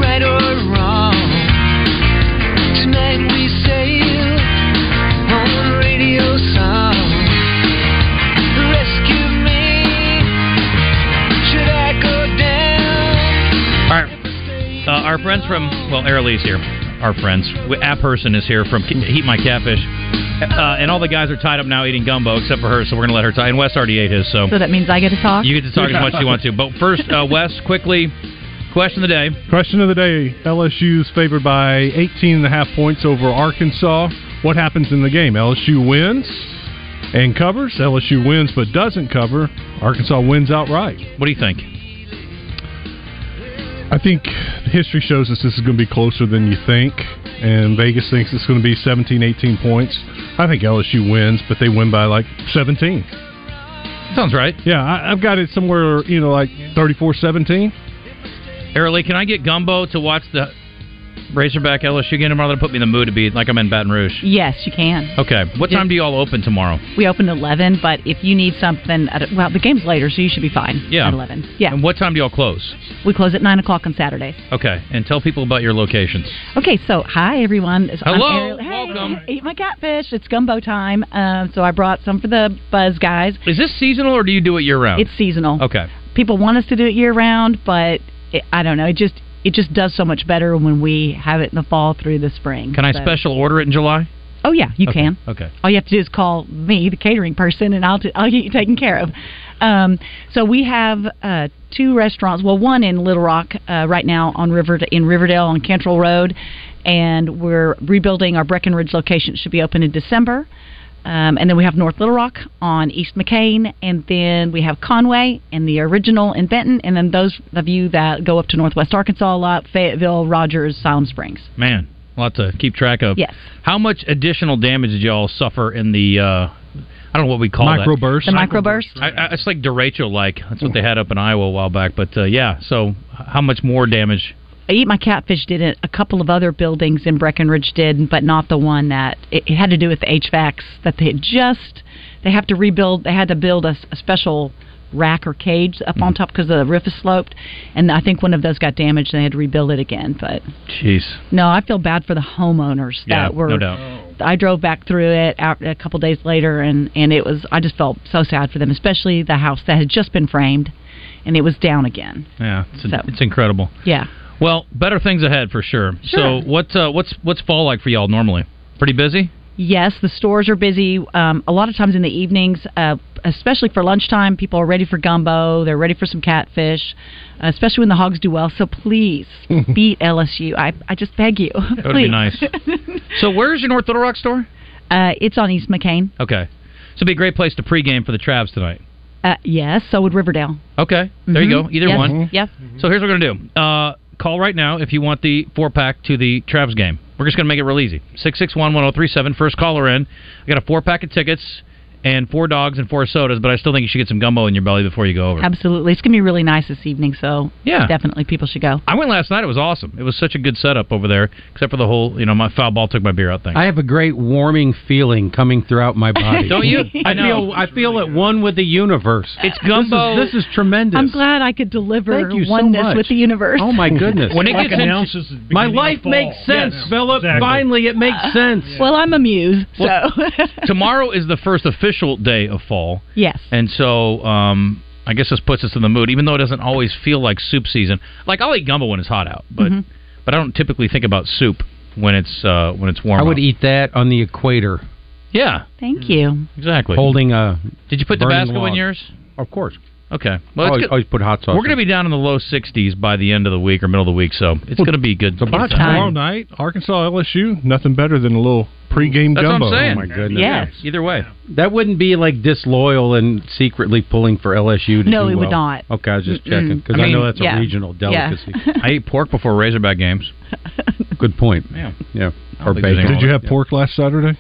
S23: Right or wrong. Tonight we sail on a radio song. Rescue me. Should I go down?
S3: All right. Uh, our friends from, well, Airlee's here. Our friends. App person is here from K- Heat My Catfish. Uh, and all the guys are tied up now eating gumbo except for her, so we're going to let her tie. And Wes already ate his, so.
S24: So that means I get to talk.
S3: Oh. You get to talk as much as you want to. But first, uh, Wes, quickly, question of the day.
S5: Question of the day LSU's favored by 18 and a half points over Arkansas. What happens in the game? LSU wins and covers. LSU wins but doesn't cover. Arkansas wins outright.
S3: What do you think?
S5: I think history shows us this is going to be closer than you think, and Vegas thinks it's going to be 17, 18 points. I think LSU wins, but they win by like 17.
S3: sounds right.
S5: Yeah, I, I've got it somewhere, you know, like thirty-four seventeen.
S3: Early, can I get Gumbo to watch the Razorback LSU game tomorrow? That'll put me in the mood to be like I'm in Baton Rouge.
S24: Yes, you can.
S3: Okay. What time do you all open tomorrow?
S24: We opened at 11, but if you need something, at, well, the game's later, so you should be fine
S3: Yeah.
S24: at 11. Yeah.
S3: And what time do y'all close?
S24: We close at 9 o'clock on Saturdays.
S3: Okay. And tell people about your locations.
S24: Okay, so hi, everyone. It's- I'm
S3: Hello,
S24: Ariel- Hey, eat my catfish. It's gumbo time. Um, so I brought some for the Buzz guys.
S3: Is this seasonal or do you do it year round?
S24: It's seasonal.
S3: Okay.
S24: People want us to do it year round, but it, I don't know. It just it just does so much better when we have it in the fall through the spring.
S3: Can I
S24: So-
S3: special order it in July?
S24: Oh yeah, you
S3: Okay,
S24: can.
S3: Okay.
S24: All you have to do is call me, the catering person, and I'll, t- I'll get you taken care of. Um, so we have uh, two restaurants. Well, one in Little Rock uh, right now on River in Riverdale on Cantrell Road, and we're rebuilding our Breckenridge location. It should be open in December. Um, and then we have North Little Rock on East McCain, and then we have Conway and the original in Benton, and then those of you that go up to Northwest Arkansas a lot, Fayetteville, Rogers, Siloam Springs.
S3: Man, a lot to keep track of.
S24: Yes.
S3: How much additional damage did y'all suffer in the? Uh, I don't know what we call that.
S5: Microburst.
S24: The microburst.
S3: I, I, it's like derecho like. That's what they had up in Iowa a while back. But uh, yeah, so h- how much more damage?
S24: I Eat My Catfish did it. A couple of other buildings in Breckenridge did, but not the one that it, it had to do with the HVACs that they had just. They have to rebuild. They had to build a, s- a special rack or cage up on top because the roof is sloped, and I think one of those got damaged and they had to rebuild it again. But
S3: Jeez.
S24: no, I feel bad for the homeowners
S3: Yeah,
S24: that were.
S3: no doubt.
S24: I drove back through it out a couple days later, and and it was. I just felt so sad for them, especially the house that had just been framed, and it was down again.
S3: Yeah, it's, it's incredible.
S24: Yeah.
S3: Well, better things ahead for sure.
S24: Sure.
S3: So what uh, what's what's fall like for y'all normally? Pretty busy.
S24: Yes, the stores are busy. Um, a lot of times in the evenings, uh, especially for lunchtime, people are ready for gumbo. They're ready for some catfish, uh, especially when the hogs do well. So please beat LSU. I, I just beg you.
S3: That would be nice. so where's your North Little Rock store?
S24: Uh, it's on East McCain.
S3: Okay. So it'd be a great place to pregame for the Travs tonight.
S24: Uh, yes, so would Riverdale.
S3: Okay. There you
S24: Mhm.
S3: go. Either
S24: Yes,
S3: one.
S24: Yes.
S3: So here's what we're going to do. Uh, call right now if you want the four pack to the Travs game. We're just going to make it real easy. 661 1037, oh, first caller in. I got a four pack of tickets and four dogs and four sodas, but I still think you should get some gumbo in your belly before you go over.
S24: Absolutely. It's going to be really nice this evening, so
S3: Yeah.
S24: definitely people should go.
S3: I went last night. It was awesome. It was such a good setup over there, except for the whole, you know, my foul ball took my beer out thing.
S4: I have a great warming feeling coming throughout my body.
S3: Don't you?
S4: I,
S3: I know.
S4: feel I feel at one with the universe.
S3: It's
S24: gumbo-
S4: This is, this is tremendous.
S24: I'm glad I could deliver
S4: Thank you so
S24: oneness
S4: much.
S24: with the universe.
S4: Oh my goodness!
S24: When it Like gets in- announces
S4: into my life makes sense, Philip.
S3: exactly.
S4: Finally, it makes sense.
S24: Uh, Well, I'm a muse, so
S3: Tomorrow is the first official day of fall.
S24: yes.
S3: And so, um, I guess this puts us in the mood, even though it doesn't always feel like soup season. Like I'll eat gumbo when it's hot out, but
S24: Mhm.
S3: but I don't typically think about soup when it's uh, when it's warm.
S4: I would
S3: out.
S4: eat that on the equator,
S3: Yeah,
S24: Thank you.
S3: exactly.
S4: holding a.
S3: Did you put
S4: burning
S3: Tabasco in
S4: log.
S3: yours?
S4: Of course.
S3: Okay.
S4: I
S3: Well,
S4: always,
S3: it's good.
S4: always put hot sauce.
S3: We're going to be down in the low 60s by the end of the week or middle of the week, so it's going to be good.
S5: By tomorrow night, Arkansas LSU, nothing better than a little pregame
S3: That's
S5: gumbo.
S3: what I'm saying.
S4: Oh, my goodness.
S3: Yeah, Either way.
S4: That wouldn't be like disloyal and secretly pulling for LSU. To
S24: No,
S4: do
S24: it would
S4: well.
S24: not.
S4: Okay, I was just
S24: Mm-mm.
S4: checking because I,
S24: I mean,
S4: know that's
S24: yeah.
S4: a regional
S24: Yeah.
S4: delicacy.
S3: I ate pork before Razorback games.
S4: Good point.
S3: Yeah. I
S4: Yeah. Or
S3: don't think there's
S4: bacon.
S3: anything
S5: Did you have pork last Saturday?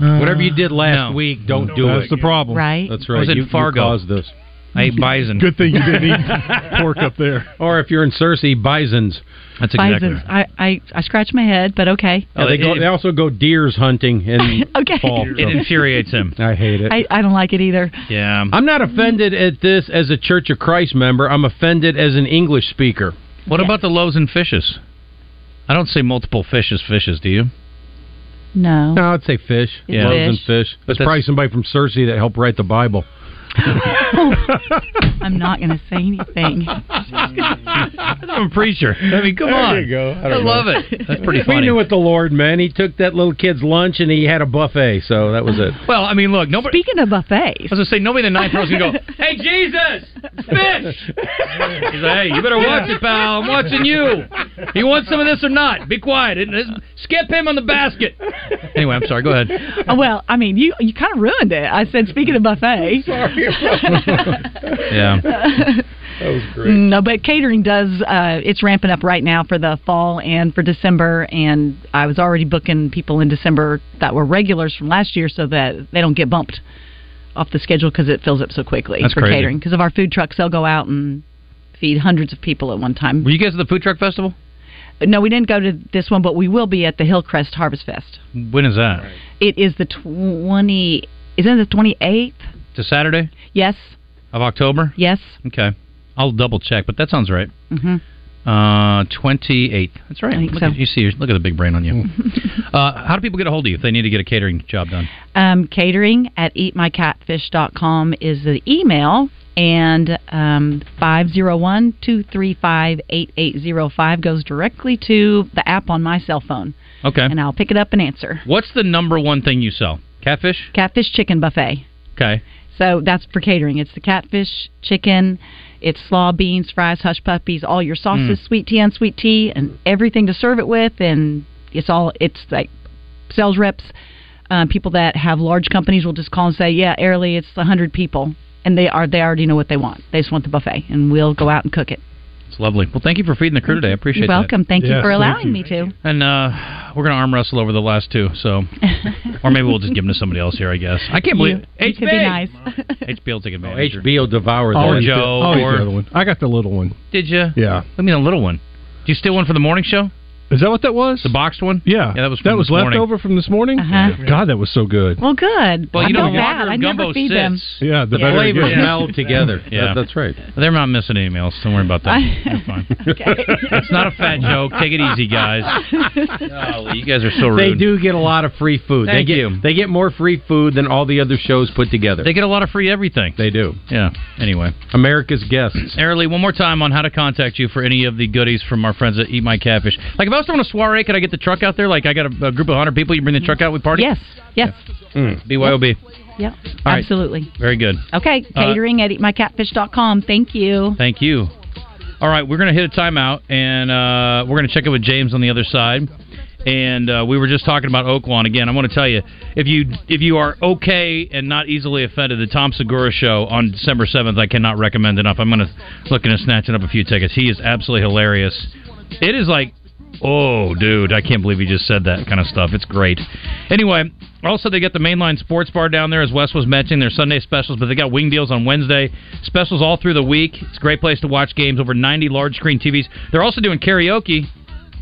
S5: Uh,
S4: Whatever you did last
S3: No.
S4: week, don't do it.
S5: That's the problem.
S24: Right.
S4: That's
S3: I
S4: right.
S3: was in
S4: you, you
S3: Fargo.
S4: caused this.
S3: I ate bison.
S5: Good thing you didn't eat pork up there.
S4: Or if you're in Cersei, bisons.
S3: That's
S24: Bisons. I, I I scratch my head, but okay.
S4: Yeah, Oh, they, go, they also go deers hunting in
S24: Okay.
S4: fall.
S24: It
S4: so-
S3: infuriates him.
S4: I hate it.
S24: I, I don't like it either.
S3: Yeah.
S4: I'm not offended at this as a Church of Christ member. I'm offended as an English speaker.
S3: What about the loaves and fishes? I don't say multiple fishes, fishes, do you?
S24: No.
S4: No, I'd say fish.
S3: Yeah.
S4: Loaves
S3: Fish.
S4: and fish. There's probably somebody from Cersei that helped write the Bible.
S24: I'm not going to say anything.
S3: I'm a preacher. I mean, come
S4: There
S3: on.
S4: you go.
S3: I,
S4: don't know.
S3: love it. That's pretty funny.
S4: We knew what the Lord meant. He took that little kid's lunch and he had a buffet, so that was it.
S3: Well, I mean, look, nobody.
S24: Speaking of buffets,
S3: I was gonna say nobody in the ninth row is gonna go. Hey, Jesus! Fish! He's like, hey, you better watch it, pal. I'm watching you. You want some of this or not? Be quiet. It- it's- Skip him on the basket. Anyway, I'm sorry. Go ahead.
S24: Oh, well, I mean, you you kind of ruined it. I said, speaking of buffet.
S3: Yeah.
S4: That was
S24: No, but catering does. Uh, it's ramping up right now for the fall and for December. And I was already booking people in December that were regulars from last year, so that they don't get bumped off the schedule because it fills up so quickly
S3: That's
S24: for
S3: crazy.
S24: catering. Because of our food trucks, they'll go out and feed hundreds of people at one time.
S3: Were you guys at the food truck festival?
S24: No, we didn't go to this one, but we will be at the Hillcrest Harvest Fest.
S3: When is that?
S24: It is the twenty. Isn't it the twenty eighth?
S3: To Saturday
S24: Yes.
S3: of October?
S24: Yes.
S3: Okay. I'll double check, but that sounds right.
S24: Mm-hmm.
S3: Uh, 28th. That's right.
S24: I think
S3: look
S24: so.
S3: at, you see, look at the big brain on you. uh, how do people get a hold of you if they need to get a catering job done?
S24: Um, catering at eatmycatfish.com is the email, and um, 501-235-8805 goes directly to the app on my cell phone,
S3: Okay.
S24: and I'll pick it up and answer.
S3: What's the number one thing you sell? Catfish?
S24: Catfish Chicken Buffet.
S3: Okay.
S24: So that's for catering. It's the catfish, chicken, it's slaw, beans, fries, hush puppies, all your sauces,
S3: Mm.
S24: sweet tea, unsweet tea, and everything to serve it with. And it's all, it's like sales reps, um, people that have large companies will just call and say, yeah, Airly, it's a 100 people. And they are they already know what they want. They just want the buffet, and we'll go out and cook it.
S3: It's lovely. Well, thank you for feeding the crew today. I appreciate
S24: You're
S3: that.
S24: welcome. Thank you for allowing me to.
S3: And uh, we're going to arm wrestle over the last two, so. or maybe we'll just give them to somebody else here, I guess. I can't believe
S24: You, you could be nice.
S3: HB will take
S4: Oh,
S3: advantage.
S4: HB will devour
S3: Or
S4: that.
S3: Joe,
S5: Oh,
S3: or-
S5: the other one. I got the little one.
S3: Did you?
S5: Yeah.
S3: I mean, a little one. Do you steal one for the morning show?
S5: Is that what that was?
S3: The boxed one?
S5: Yeah.
S3: Yeah, that was from
S5: That was
S3: this morning.
S5: left over from this morning.
S24: Uh-huh.
S5: God, that was so good.
S24: Well, good.
S3: Well,
S24: I
S3: you know,
S24: feel
S3: the
S24: bad.
S3: longer
S24: I
S3: gumbo
S24: never feed
S3: sits,
S24: them.
S5: Yeah, the better
S4: flavors
S5: it gets.
S4: meld together. That- that's
S3: right. They're not missing any meals. Don't worry about that. You're fine. It's not a fat joke. Take it easy, guys. Golly, you guys are so rude.
S4: They do get a lot of free food.
S3: Thank
S4: they get
S3: you.
S4: they get more free food than all the other shows put together.
S3: They get a lot of free everything.
S4: They do.
S3: Yeah. Anyway,
S4: America's guests.
S3: Airly, one more time on how to contact you for any of the goodies from our friends at Eat My Catfish. Like, if I was throwing a soiree, could I get the truck out there? Like, I got a, a group of 100 people, you bring the truck out, we party?
S24: Yes. Yes.
S5: Hmm.
S3: BYOB.
S24: Yep.
S3: All right.
S24: Absolutely.
S3: Very good.
S24: Okay,
S3: Uh,
S24: catering at eatmycatfish.com. Thank you.
S3: Thank you. All right, we're going to hit a timeout, and uh, we're going to check in with James on the other side. And uh, we were just talking about Oaklawn again. I want to tell you if you if you are okay and not easily offended, the Tom Segura show on December seventh, I cannot recommend enough. I'm going to looking at snatching up a few tickets. He is absolutely hilarious. It is like, oh, dude, I can't believe you just said that kind of stuff. It's great. Anyway, also they got the mainline sports bar down there, as Wes was mentioning, their Sunday specials, but they got wing deals on Wednesday, specials all through the week. It's a great place to watch games, over 90 large screen TVs. They're also doing karaoke.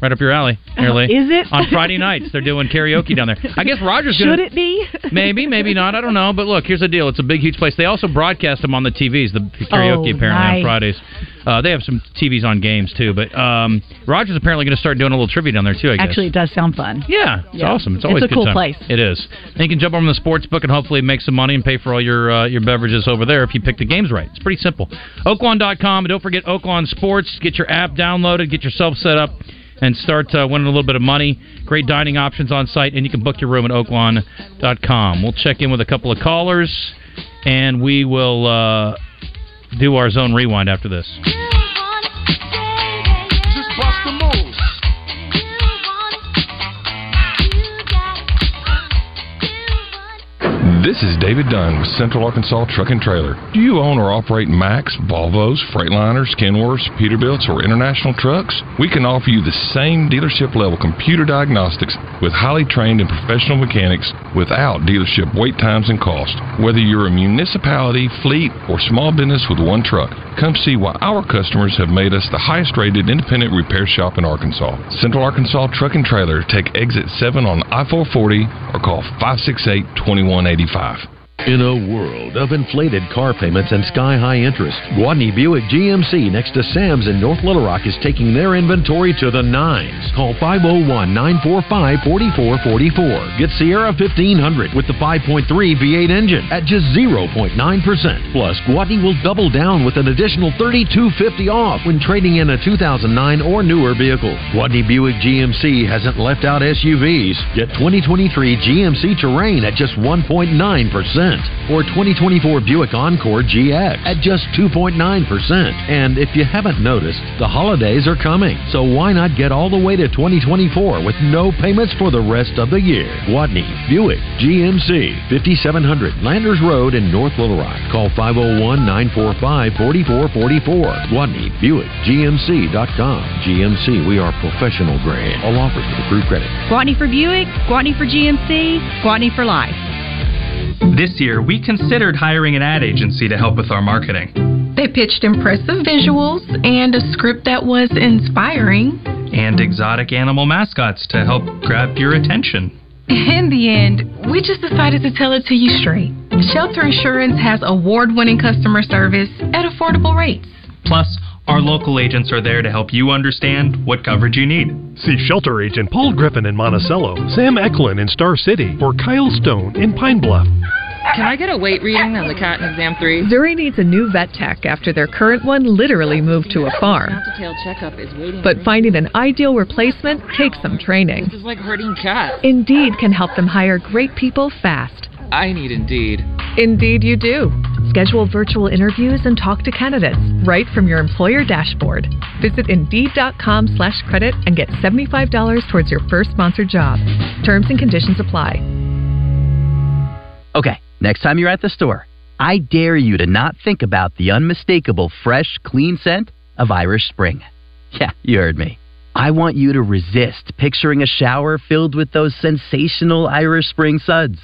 S3: Right up your alley, nearly.
S24: Oh, is it?
S3: on Friday nights? They're doing karaoke down there. I guess Rogers
S24: Should
S3: gonna,
S24: it be?
S3: Maybe, maybe not. I don't know. But look, here's the deal. It's a big, huge place. They also broadcast them on the TVs, the karaoke
S24: Oh,
S3: apparently on
S24: nice.
S3: Fridays. Uh, they have some TVs on games too. But um, Rogers apparently going to start doing a little trivia down there too. I guess.
S24: Actually, it does sound fun.
S3: Yeah, it's awesome. It's always
S24: a
S3: a good
S24: cool
S3: time.
S24: place.
S3: It is. And you can jump over on the sports book and hopefully make some money and pay for all your uh, your beverages over there if you pick the games right. It's pretty simple. Oaklawn.com. And don't forget Oaklawn Sports. Get your app downloaded. Get yourself set up. And start uh, winning a little bit of money. Great dining options on site, and you can book your room at oaklawn.com. We'll check in with a couple of callers, and we will uh, do our zone rewind after this.
S1: Just bust the move.
S8: This is David Dunn with Central Arkansas Truck and Trailer. Do you own or operate Max, Volvos, Freightliners, Kenworths, Peterbilts, or international trucks? We can offer you the same dealership level computer diagnostics with highly trained and professional mechanics without dealership wait times and cost. Whether you're a municipality, fleet, or small business with one truck, come see why our customers have made us the highest rated independent repair shop in Arkansas. Central Arkansas Truck and Trailer. Take exit 7 on I 440 or call 568 2185.
S9: In a world of inflated car payments and sky high interest, Guadney Buick GMC next to Sam's in North Little Rock is taking their inventory to the nines. Call 501 945 4444. Get Sierra 1500 with the 5.3 V8 engine at just 0.9%. Plus, Guadney will double down with an additional $32.50 off when trading in a 2009 or newer vehicle. Guadney Buick GMC hasn't left out SUVs. Get 2023 GMC Terrain at just 1.9%, or 2024 Buick Encore GX at just 2.9%. And if you haven't noticed, the holidays are coming, so why not get all the way to 2024 with no payments for the rest of the year? Guadney Buick GMC 5700 Landers Road in North Little Rock. Call 501 945 4444. Guadney Buick GMC.com. GMC, we are professional grade. All offers with approved credit.
S25: Guatney for Buick, Guatney for GMC, Guatney for life.
S11: This year, we considered hiring an ad agency to help with our marketing.
S12: They pitched impressive visuals and a script that was inspiring.
S11: And exotic animal mascots to help grab your attention.
S12: In the end, we just decided to tell it to you straight. Shelter Insurance has award winning customer service at affordable rates.
S11: Plus, our local agents are there to help you understand what coverage you need.
S25: See shelter agent Paul Griffin in Monticello, Sam Eklund in Star City, or Kyle Stone in Pine Bluff.
S26: Can I get a weight reading on the cat in exam three? Zuri needs a new vet tech after their current one literally moved to a farm.
S27: Tail checkup is waiting.
S26: But finding an ideal replacement takes some training.
S27: This is like herding cats.
S26: Indeed can help them hire great people fast.
S27: I need Indeed.
S26: Indeed, you do. Schedule virtual interviews and talk to candidates right from your employer dashboard. Visit Indeed.com slash credit and get $75 towards your first sponsored job. Terms and conditions apply.
S28: Okay, next time you're at the store, I dare you to not think about the unmistakable fresh, clean scent of Irish Spring. Yeah, you heard me. I want you to resist picturing a shower filled with those sensational Irish Spring suds.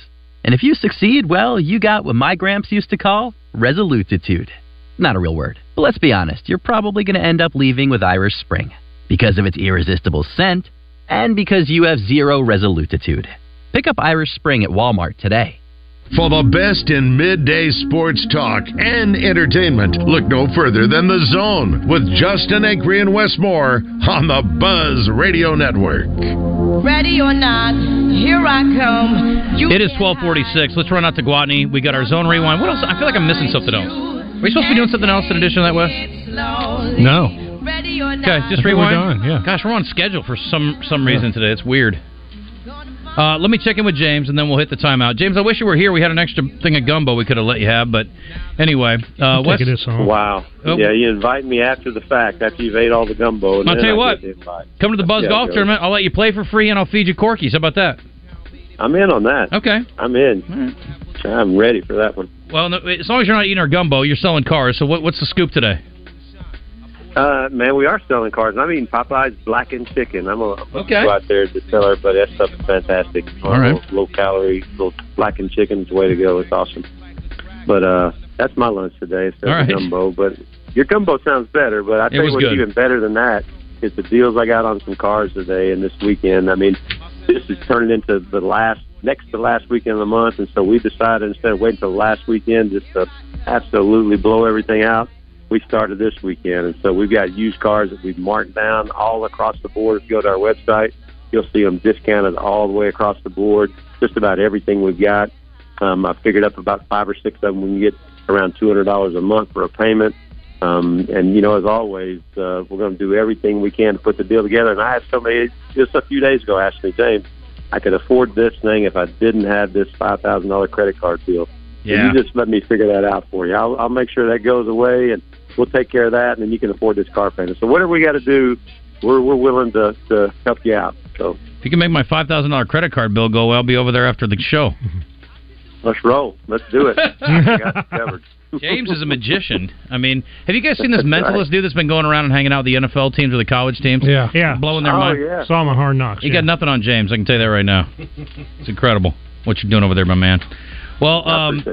S28: And if you succeed, well, you got what my gramps used to call resolutitude. Not a real word, but let's be honest, you're probably going to end up leaving with Irish Spring because of its irresistible scent and because you have zero resolutitude. Pick up Irish Spring at Walmart today.
S2: For the best in midday sports talk and entertainment, look no further than The Zone with Justin Acre and Westmore on the Buzz Radio Network.
S1: Ready or not, here I come. You
S3: It is 1246. Let's run out to Guadney. We got our zone rewind. What else? I feel like I'm missing something else. Are we supposed to be doing something else in addition to that, Wes?
S1: slowly.
S3: No.
S1: Ready or
S3: Okay,
S1: not.
S3: just rewind. yeah. Gosh, we're on schedule for some some reason today. It's weird. Uh, let me check in with James, and then we'll hit the timeout. James, I wish you were here. We had an extra thing of gumbo we could have let you have, but anyway, uh, Wes,
S29: Wow.
S3: Oh.
S29: Yeah, you invite me after the fact, after you've ate all the gumbo. And
S3: I'll
S29: then
S3: tell you
S29: I
S3: what.
S29: get the invite.
S3: come to the Buzz
S29: Yeah,
S3: Golf
S29: go.
S3: Tournament. I'll let you play for free, and I'll feed you corkies. How about that?
S29: I'm in on that.
S3: Okay.
S29: I'm in. I'm ready for that one.
S3: Well, no, as long as you're not eating our gumbo, you're selling cars. So what, what's the scoop today?
S29: Uh, man, we are selling cars. and I'm eating Popeye's blackened chicken. I'm gonna
S3: Okay.
S29: go out there to sell everybody. That stuff is fantastic.
S3: All right.
S29: Low, low calorie, little blackened chicken is the way to go. It's awesome. But uh, that's my lunch today. So
S3: All right.
S29: gumbo, but your gumbo sounds better. But I
S3: It
S29: tell
S3: was
S29: you what's
S3: good.
S29: even better than that is the deals I got on some cars today and this weekend. I mean, this is turning into the last next to last weekend of the month, and so we decided instead of waiting till last weekend just to absolutely blow everything out. We started this weekend, and so we've got used cars that we've marked down all across the board. If you go to our website, you'll see them discounted all the way across the board. Just about everything we've got. Um, I figured up about five or six of them. We can get around two hundred dollars a month for a payment. Um, and you know, as always, uh, we're going to do everything we can to put the deal together. And I had somebody just a few days ago ask me, James, I could afford this thing if I didn't have this five thousand dollar credit card deal.
S3: Yeah.
S29: Can you just let me figure that out for you? I'll, I'll make sure that goes away, and we'll take care of that, and then you can afford this car payment. So whatever we got to do, we're we're willing to to help you out. So
S3: If you can make my five thousand dollar credit card bill go, I'll be over there after the show.
S29: let's roll. Let's do it. We got it covered.
S3: James is a magician. I mean, have you guys seen this mentalist dude that's been going around and hanging out with the NFL teams or the college teams?
S6: Yeah.
S3: yeah, blowing their
S6: oh,
S3: mind.
S6: Yeah. Saw him on Hard Knocks.
S3: You got nothing on James. I can tell you that right now. It's incredible what you're doing over there, my man. Well, um,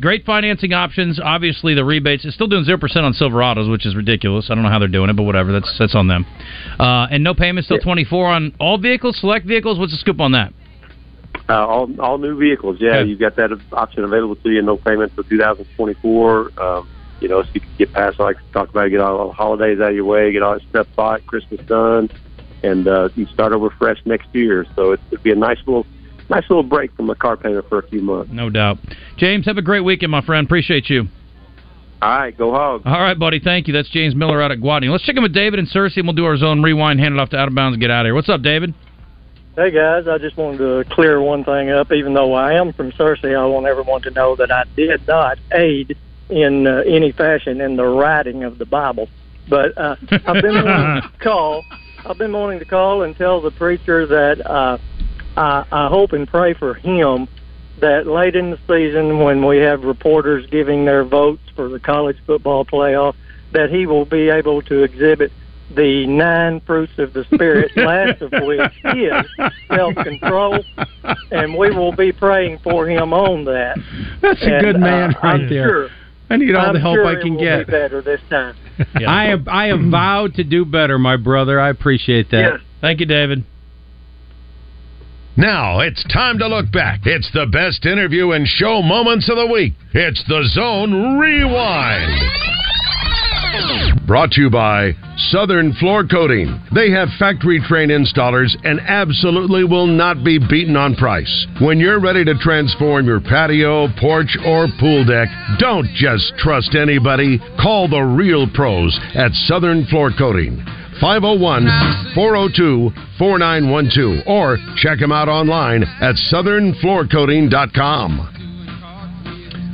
S3: great financing options. Obviously, the rebates. It's still doing zero percent on Silverados, which is ridiculous. I don't know how they're doing it, but whatever. That's that's on them. Uh, and no payments till 24 on all vehicles, select vehicles. What's the scoop on that?
S29: Uh, all, all new vehicles, yeah. You've got that option available to you, no payment for 2024. Um, you know, so you can get past, like I talked about, get all the holidays out of your way, get all that stuff bought, Christmas done, and uh, you start over fresh next year. So it would be a nice little, nice little break from the car payment for a few months.
S3: No doubt. James, have a great weekend, my friend. Appreciate you.
S29: All right, go hog.
S3: All right, buddy. Thank you. That's James Miller out at Guadney. Let's check in with David and Cersei, and we'll do our zone rewind, hand it off to Out of Bounds, and get out of here. What's up, David?
S30: Hey guys, I just wanted to clear one thing up. Even though I am from Searcy, I want everyone to know that I did not aid in uh, any fashion in the writing of the Bible. But uh, I've been wanting to call. I've been wanting to call and tell the preacher that uh, I, I hope and pray for him that late in the season, when we have reporters giving their votes for the college football playoff, that he will be able to exhibit the nine fruits of the Spirit, last of which is self control. And we will be praying for him on that.
S4: That's a
S30: And,
S4: good man
S30: uh,
S4: right
S30: I'm
S4: there.
S30: sure-
S4: I need all
S30: I'm
S4: the help
S30: sure
S4: I
S30: it
S4: can
S30: will
S4: get.
S30: Be better this time.
S4: I have I have vowed to do better, my brother. I appreciate that.
S30: Yes.
S3: Thank you, David.
S2: Now it's time to look back. It's the best interview and show moments of the week. It's the Zone Rewind. Brought to you by Southern Floor Coating. They have factory trained installers and absolutely will not be beaten on price. When you're ready to transform your patio, porch, or pool deck, don't just trust anybody. Call the real pros at Southern Floor Coating. 501 402 4912 or check them out online at southernfloorcoating.com.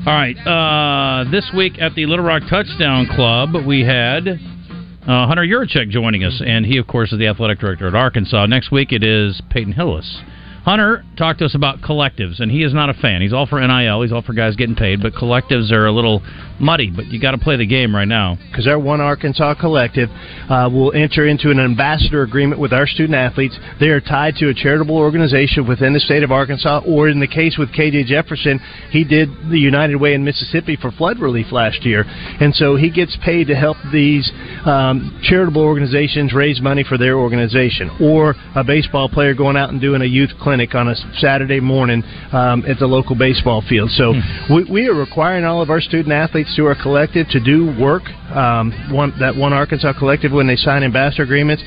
S3: All right. Uh, this week at the Little Rock Touchdown Club, we had uh, Hunter Yurichek joining us, and he, of course, is the athletic director at Arkansas. Next week, it is Peyton Hillis. Hunter talked to us about collectives, and he is not a fan. He's all for NIL. He's all for guys getting paid, but collectives are a little muddy. But you got to play the game right now.
S7: because our One Arkansas Collective uh, will enter into an ambassador agreement with our student athletes. They are tied to a charitable organization within the state of Arkansas, or in the case with KJ Jefferson, he did the United Way in Mississippi for flood relief last year. And so he gets paid to help these um, charitable organizations raise money for their organization, or a baseball player going out and doing a youth clinic on a Saturday morning um, at the local baseball field. So we, we are requiring all of our student athletes through our collective to do work. Um, one, that one Arkansas collective, when they sign ambassador agreements,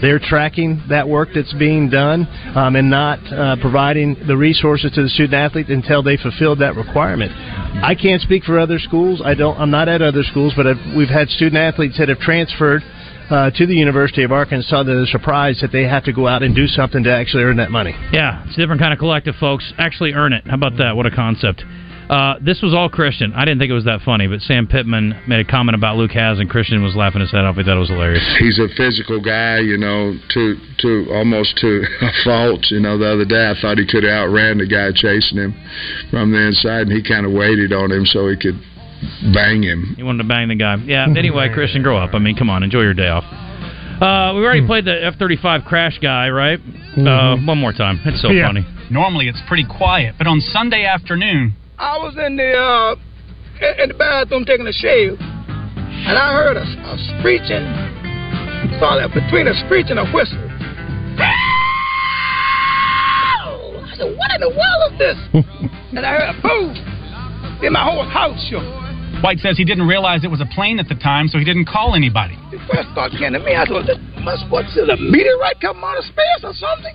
S7: they're tracking that work that's being done um, and not uh, providing the resources to the student athlete until they fulfilled that requirement. I can't speak for other schools. I don't. I'm not at other schools, but I've, we've had student athletes that have transferred uh, to the University of Arkansas that are surprised that they have to go out and do something to actually earn that money.
S3: Yeah, it's a different kind of collective, folks. Actually earn it. How about that? What a concept. Uh, this was all Christian. I didn't think it was that funny, but Sam Pittman made a comment about Luke Has, and Christian was laughing his head off. He thought it was hilarious.
S10: He's a physical guy, you know, to to almost to a fault. You know, the other day I thought he could have outran the guy chasing him from the inside, and he kind of waited on him so he could bang him.
S3: He wanted to bang the guy. Yeah, anyway, Christian, grow up. I mean, come on, enjoy your day off. Uh, we already played the F 35 crash guy, right? Uh, one more time. It's so funny.
S13: Normally it's pretty quiet, but on Sunday afternoon,
S14: I was in the uh, in- in the bathroom taking a shave, and I heard a, a screeching. Saw that between a screech and a whistle. I said, "What in the world is this?" and I heard a boom. Then my whole house shook.
S13: White says he didn't realize it was a plane at the time, so he didn't call anybody.
S14: The first thought came to me. I said, "This must what is a meteorite coming out of space or something?"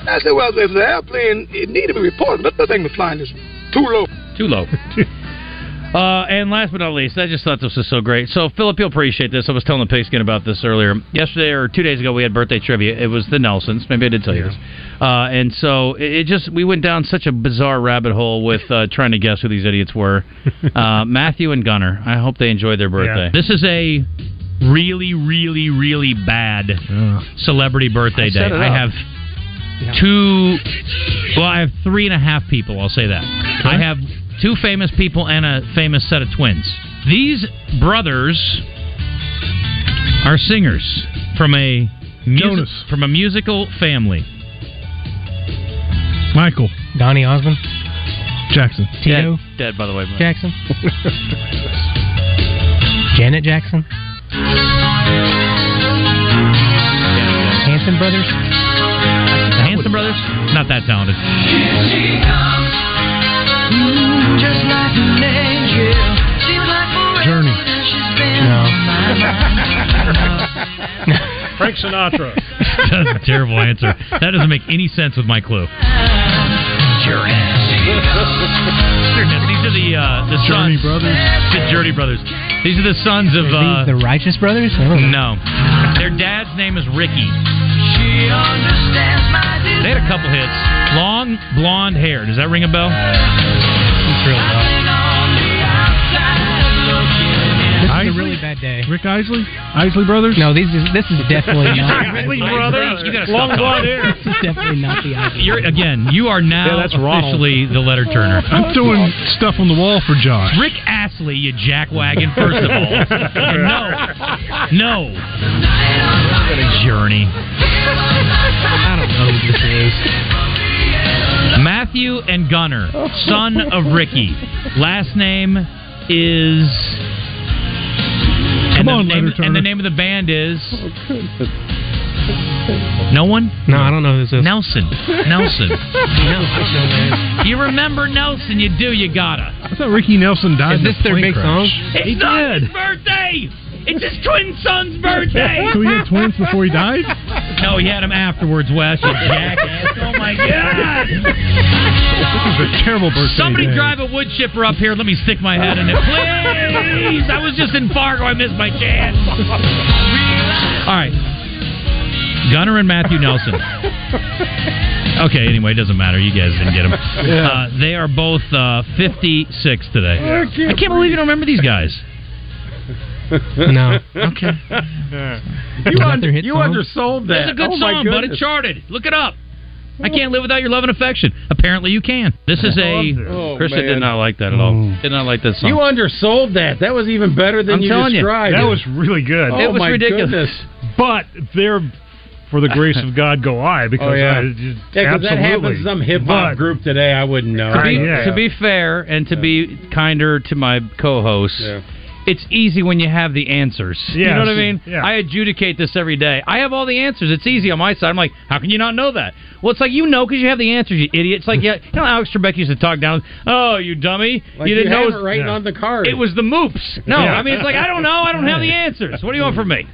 S14: And I said, "Well, if the airplane it needed to be reported, but the thing was flying just too low."
S3: Too low. Uh, and last but not least, I just thought this was so great. So, Philip, you'll appreciate this. I was telling the pigskin about this earlier. Yesterday or two days ago, we had birthday trivia. It was the Nelsons. Maybe I did tell you this. Uh, and so it, it just, we went down such a bizarre rabbit hole with uh, trying to guess who these idiots were. Uh, Matthew and Gunnar. I hope they enjoyed their birthday.
S15: Yeah.
S3: This is a really, really, really bad celebrity birthday
S15: I
S3: day.
S15: set it
S3: I
S15: up.
S3: have two. Well, I have three and a half people. I'll say that. I have two famous people and a famous set of twins. These brothers are singers from a music, from a musical family.
S5: Michael.
S13: Donnie Osmond.
S5: Jackson.
S13: Tito.
S3: Dead, dead, by the way.
S13: Jackson. Janet Jackson. Hanson Brothers.
S3: The Hanson brothers, not that talented.
S13: Journey.
S6: Frank Sinatra.
S3: That's a terrible answer. That doesn't make any sense with my clue. These are the uh, the Journey sons. Brothers. The Journey Brothers. These are the sons of. Uh,
S13: the Righteous Brothers?
S3: no, their dad's name is Ricky. They had a couple hits. Long blonde hair. Does that ring a bell?
S13: This is a really bad day.
S5: Rick Isley? Isley Brothers?
S13: No, these is, this is definitely
S3: You
S13: not.
S3: said Isley Brothers? You gotta stop talking.
S13: This is definitely not the idea.
S3: You're again. You are now
S5: that's Ronald.
S3: officially the letter turner.
S5: I'm doing stuff on the wall for Josh.
S3: Rick Astley, you jackwagon. First of all, no. No. What a journey. I don't know who this is. Matthew and Gunner, son of Ricky. Last name is. and the
S24: on,
S3: name,
S24: Leonard
S3: And
S24: Turner.
S3: the name of the band is.
S5: Oh,
S3: No one?
S24: No, I don't know who this is.
S3: Nelson. Nelson.
S24: Nelson.
S3: You remember Nelson? You do. You gotta.
S5: I thought Ricky Nelson died.
S24: Is
S5: in a
S24: this their
S5: plane
S24: big
S5: crash.
S24: song?
S3: It's not his birthday. It's his twin son's birthday.
S5: so he had twins before he died.
S3: No, he had him afterwards, Wes. You jackass. Oh my god.
S5: This is a terrible birthday.
S3: Somebody
S5: day.
S3: drive a wood chipper up here. Let me stick my head in it, please. I was just in Fargo. I missed my chance. All right. Gunner and Matthew Nelson. Okay, anyway, it doesn't matter. You guys didn't get them.
S1: Yeah.
S3: Uh, they are both uh, 56 today.
S1: I can't
S3: I can't believe you don't remember these guys.
S24: No.
S3: Okay.
S24: You Is that un- their hit you song?
S3: undersold
S24: that.
S3: It's a good
S24: Oh, my
S3: song, but it
S24: goodness.
S3: charted. Look it up. I can't live without your love and affection. Apparently, you can. This is a.
S4: Oh,
S3: Krista did
S4: man.
S3: not like that at all. Did not like that song.
S4: You undersold that. That was even better than
S3: I'm
S4: you
S3: telling you.
S4: described.
S3: That
S4: it.
S3: was
S6: really good.
S4: Oh,
S3: It was
S4: my
S3: ridiculous.
S4: goodness.
S6: But they're for the grace of God go I because
S4: Oh, yeah.
S6: I,
S4: Yeah, 'cause that happens to some hip hop group today. I wouldn't know.
S3: To be,
S4: Yeah.
S3: to be fair and to be kinder to my co-hosts, it's easy when you have the answers. You
S4: Yes.
S3: know what I mean? I adjudicate this every day. I have all the answers. It's easy on my side. I'm like, how can you not know that? Well, it's like you know because you have the answers, you idiot. It's like yeah, you know, Alex Trebek used to talk down. Oh, you dummy!
S4: Like
S3: you didn't
S4: you
S3: know
S4: have
S3: was-
S4: it written on the card.
S3: It was the moops. No,
S4: Yeah.
S3: I mean it's like I don't know. I don't have the answers. What do you want from me?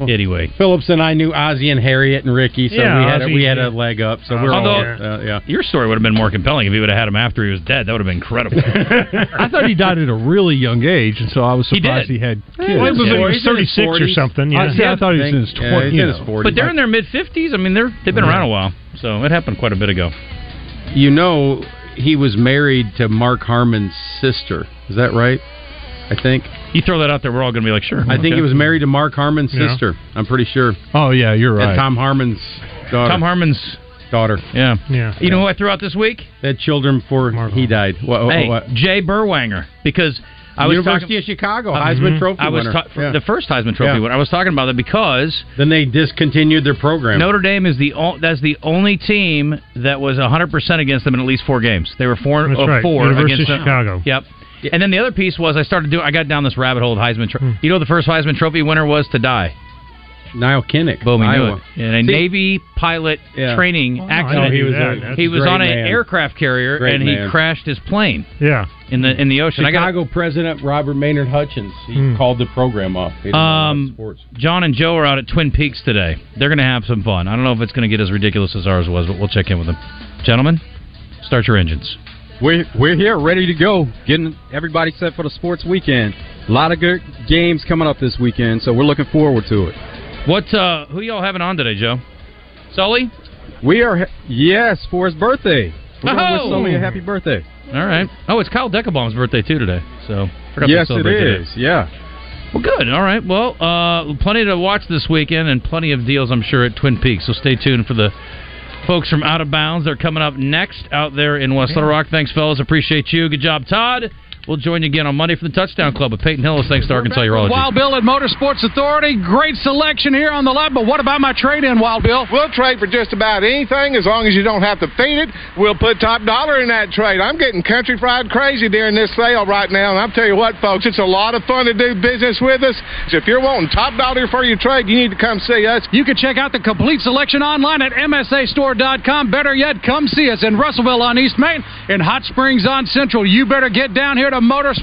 S3: anyway,
S4: Phillips and I knew Ozzy and Harriet and Ricky, so
S3: Yeah,
S4: we had
S3: Ozzy,
S4: a, we had
S3: yeah.
S4: a leg up. So we're
S3: Although-
S4: all uh, yeah.
S3: Your story would have been more compelling if he would have had him after he was dead. That would have been incredible.
S5: I thought he died at a really young age, and so I was surprised he, had kids.
S3: Well, it was like he was
S5: Yeah.
S3: 36 or something,
S5: I,
S3: yeah.
S5: see, Uh, I thought he was in his
S3: Yeah, he's
S5: twenties.
S3: in his 40s. But they're in their mid fifties. I mean, they're they've been around a while, so it happened quite a bit ago.
S4: You know, he was married to Mark Harmon's sister. Is that right? I think.
S3: You throw that out there, we're all going to be like, sure.
S4: I think
S3: okay.
S4: he was married to Mark Harmon's
S3: Yeah.
S4: sister. I'm pretty sure.
S5: Oh yeah, you're
S4: And
S5: right.
S4: Tom Harmon's daughter.
S3: Tom Harmon's
S4: daughter.
S3: Yeah.
S6: Yeah.
S3: You know who I threw out this week?
S4: They had children before he died. What,
S3: hey,
S4: what-
S3: Jay Burwanger, because I was
S4: University
S3: talking,
S4: of Chicago,
S3: Mhm.
S4: Heisman Trophy
S3: I was
S4: winner.
S3: ta-
S4: Yeah.
S3: the first Heisman Trophy
S4: Yeah.
S3: winner. I was talking about that because
S4: then they discontinued their program.
S3: Notre Dame is the o- that's the only team that was 100% against them in at least four games. They were four
S6: That's
S3: of
S6: right.
S3: four
S6: University
S3: against
S6: of
S3: them.
S6: Chicago.
S3: Yep. And then the other piece was I started doing I got down this rabbit hole of Heisman Trophy.
S6: Hmm.
S3: You know the first Heisman Trophy winner was to die.
S4: Niall Kinnick.
S3: Boom, we knew
S4: Iowa.
S3: it. In a
S4: See-
S3: Navy pilot
S4: Yeah.
S3: training
S4: Oh, I
S3: accident.
S4: know he was a- that's
S3: He
S4: a
S3: was
S4: great
S3: on an
S4: man.
S3: aircraft carrier
S4: Great
S3: and
S4: man.
S3: he crashed his plane
S6: Yeah.
S3: in the in the ocean. Oh, I got
S4: Chicago president Robert Maynard Hutchins. He
S15: Hmm.
S4: called the program off. He didn't
S3: Um,
S4: want sports.
S3: John and Joe are out at Twin Peaks today. They're going to have some fun. I don't know if it's going to get as ridiculous as ours was, but we'll check in with them. Gentlemen, start your engines.
S15: We're, we're here, ready to go, getting everybody set for the sports weekend. A lot of good games coming up this weekend, so we're looking forward to it.
S3: What? Uh, who y'all having on today, Joe? Sully.
S15: We are, yes, for his birthday. We're gonna wish
S3: Oh!
S15: Sully a happy birthday.
S3: All right. Oh, it's Kyle Deckelbaum's birthday too today. So forgot to
S15: yes, it
S3: celebrate today.
S15: is. Yeah.
S3: Well, good. All right. Well, uh, plenty to watch this weekend and plenty of deals, I'm sure, at Twin Peaks. So stay tuned for the folks from Out of Bounds. They're coming up next out there in West Little Rock. Thanks, fellas. Appreciate you. Good job, Todd. We'll join you again on Monday for the Touchdown Club with Peyton Hillis. Thanks to Arkansas Urology.
S17: Wild Bill at Motorsports Authority. Great selection here on the lot, but what about my trade in, Wild Bill?
S18: We'll trade for just about anything as long as you don't have to feed it. We'll put top dollar in that trade. I'm getting country fried crazy during this sale right now, and I'll tell you what, folks, it's a lot of fun to do business with us. So if you're wanting top dollar for your trade, you need to come see us.
S17: You can check out the complete selection online at MSAstore.com. Better yet, come see us in Russellville on East Main, in Hot Springs on Central. You better get down here to Motorsports.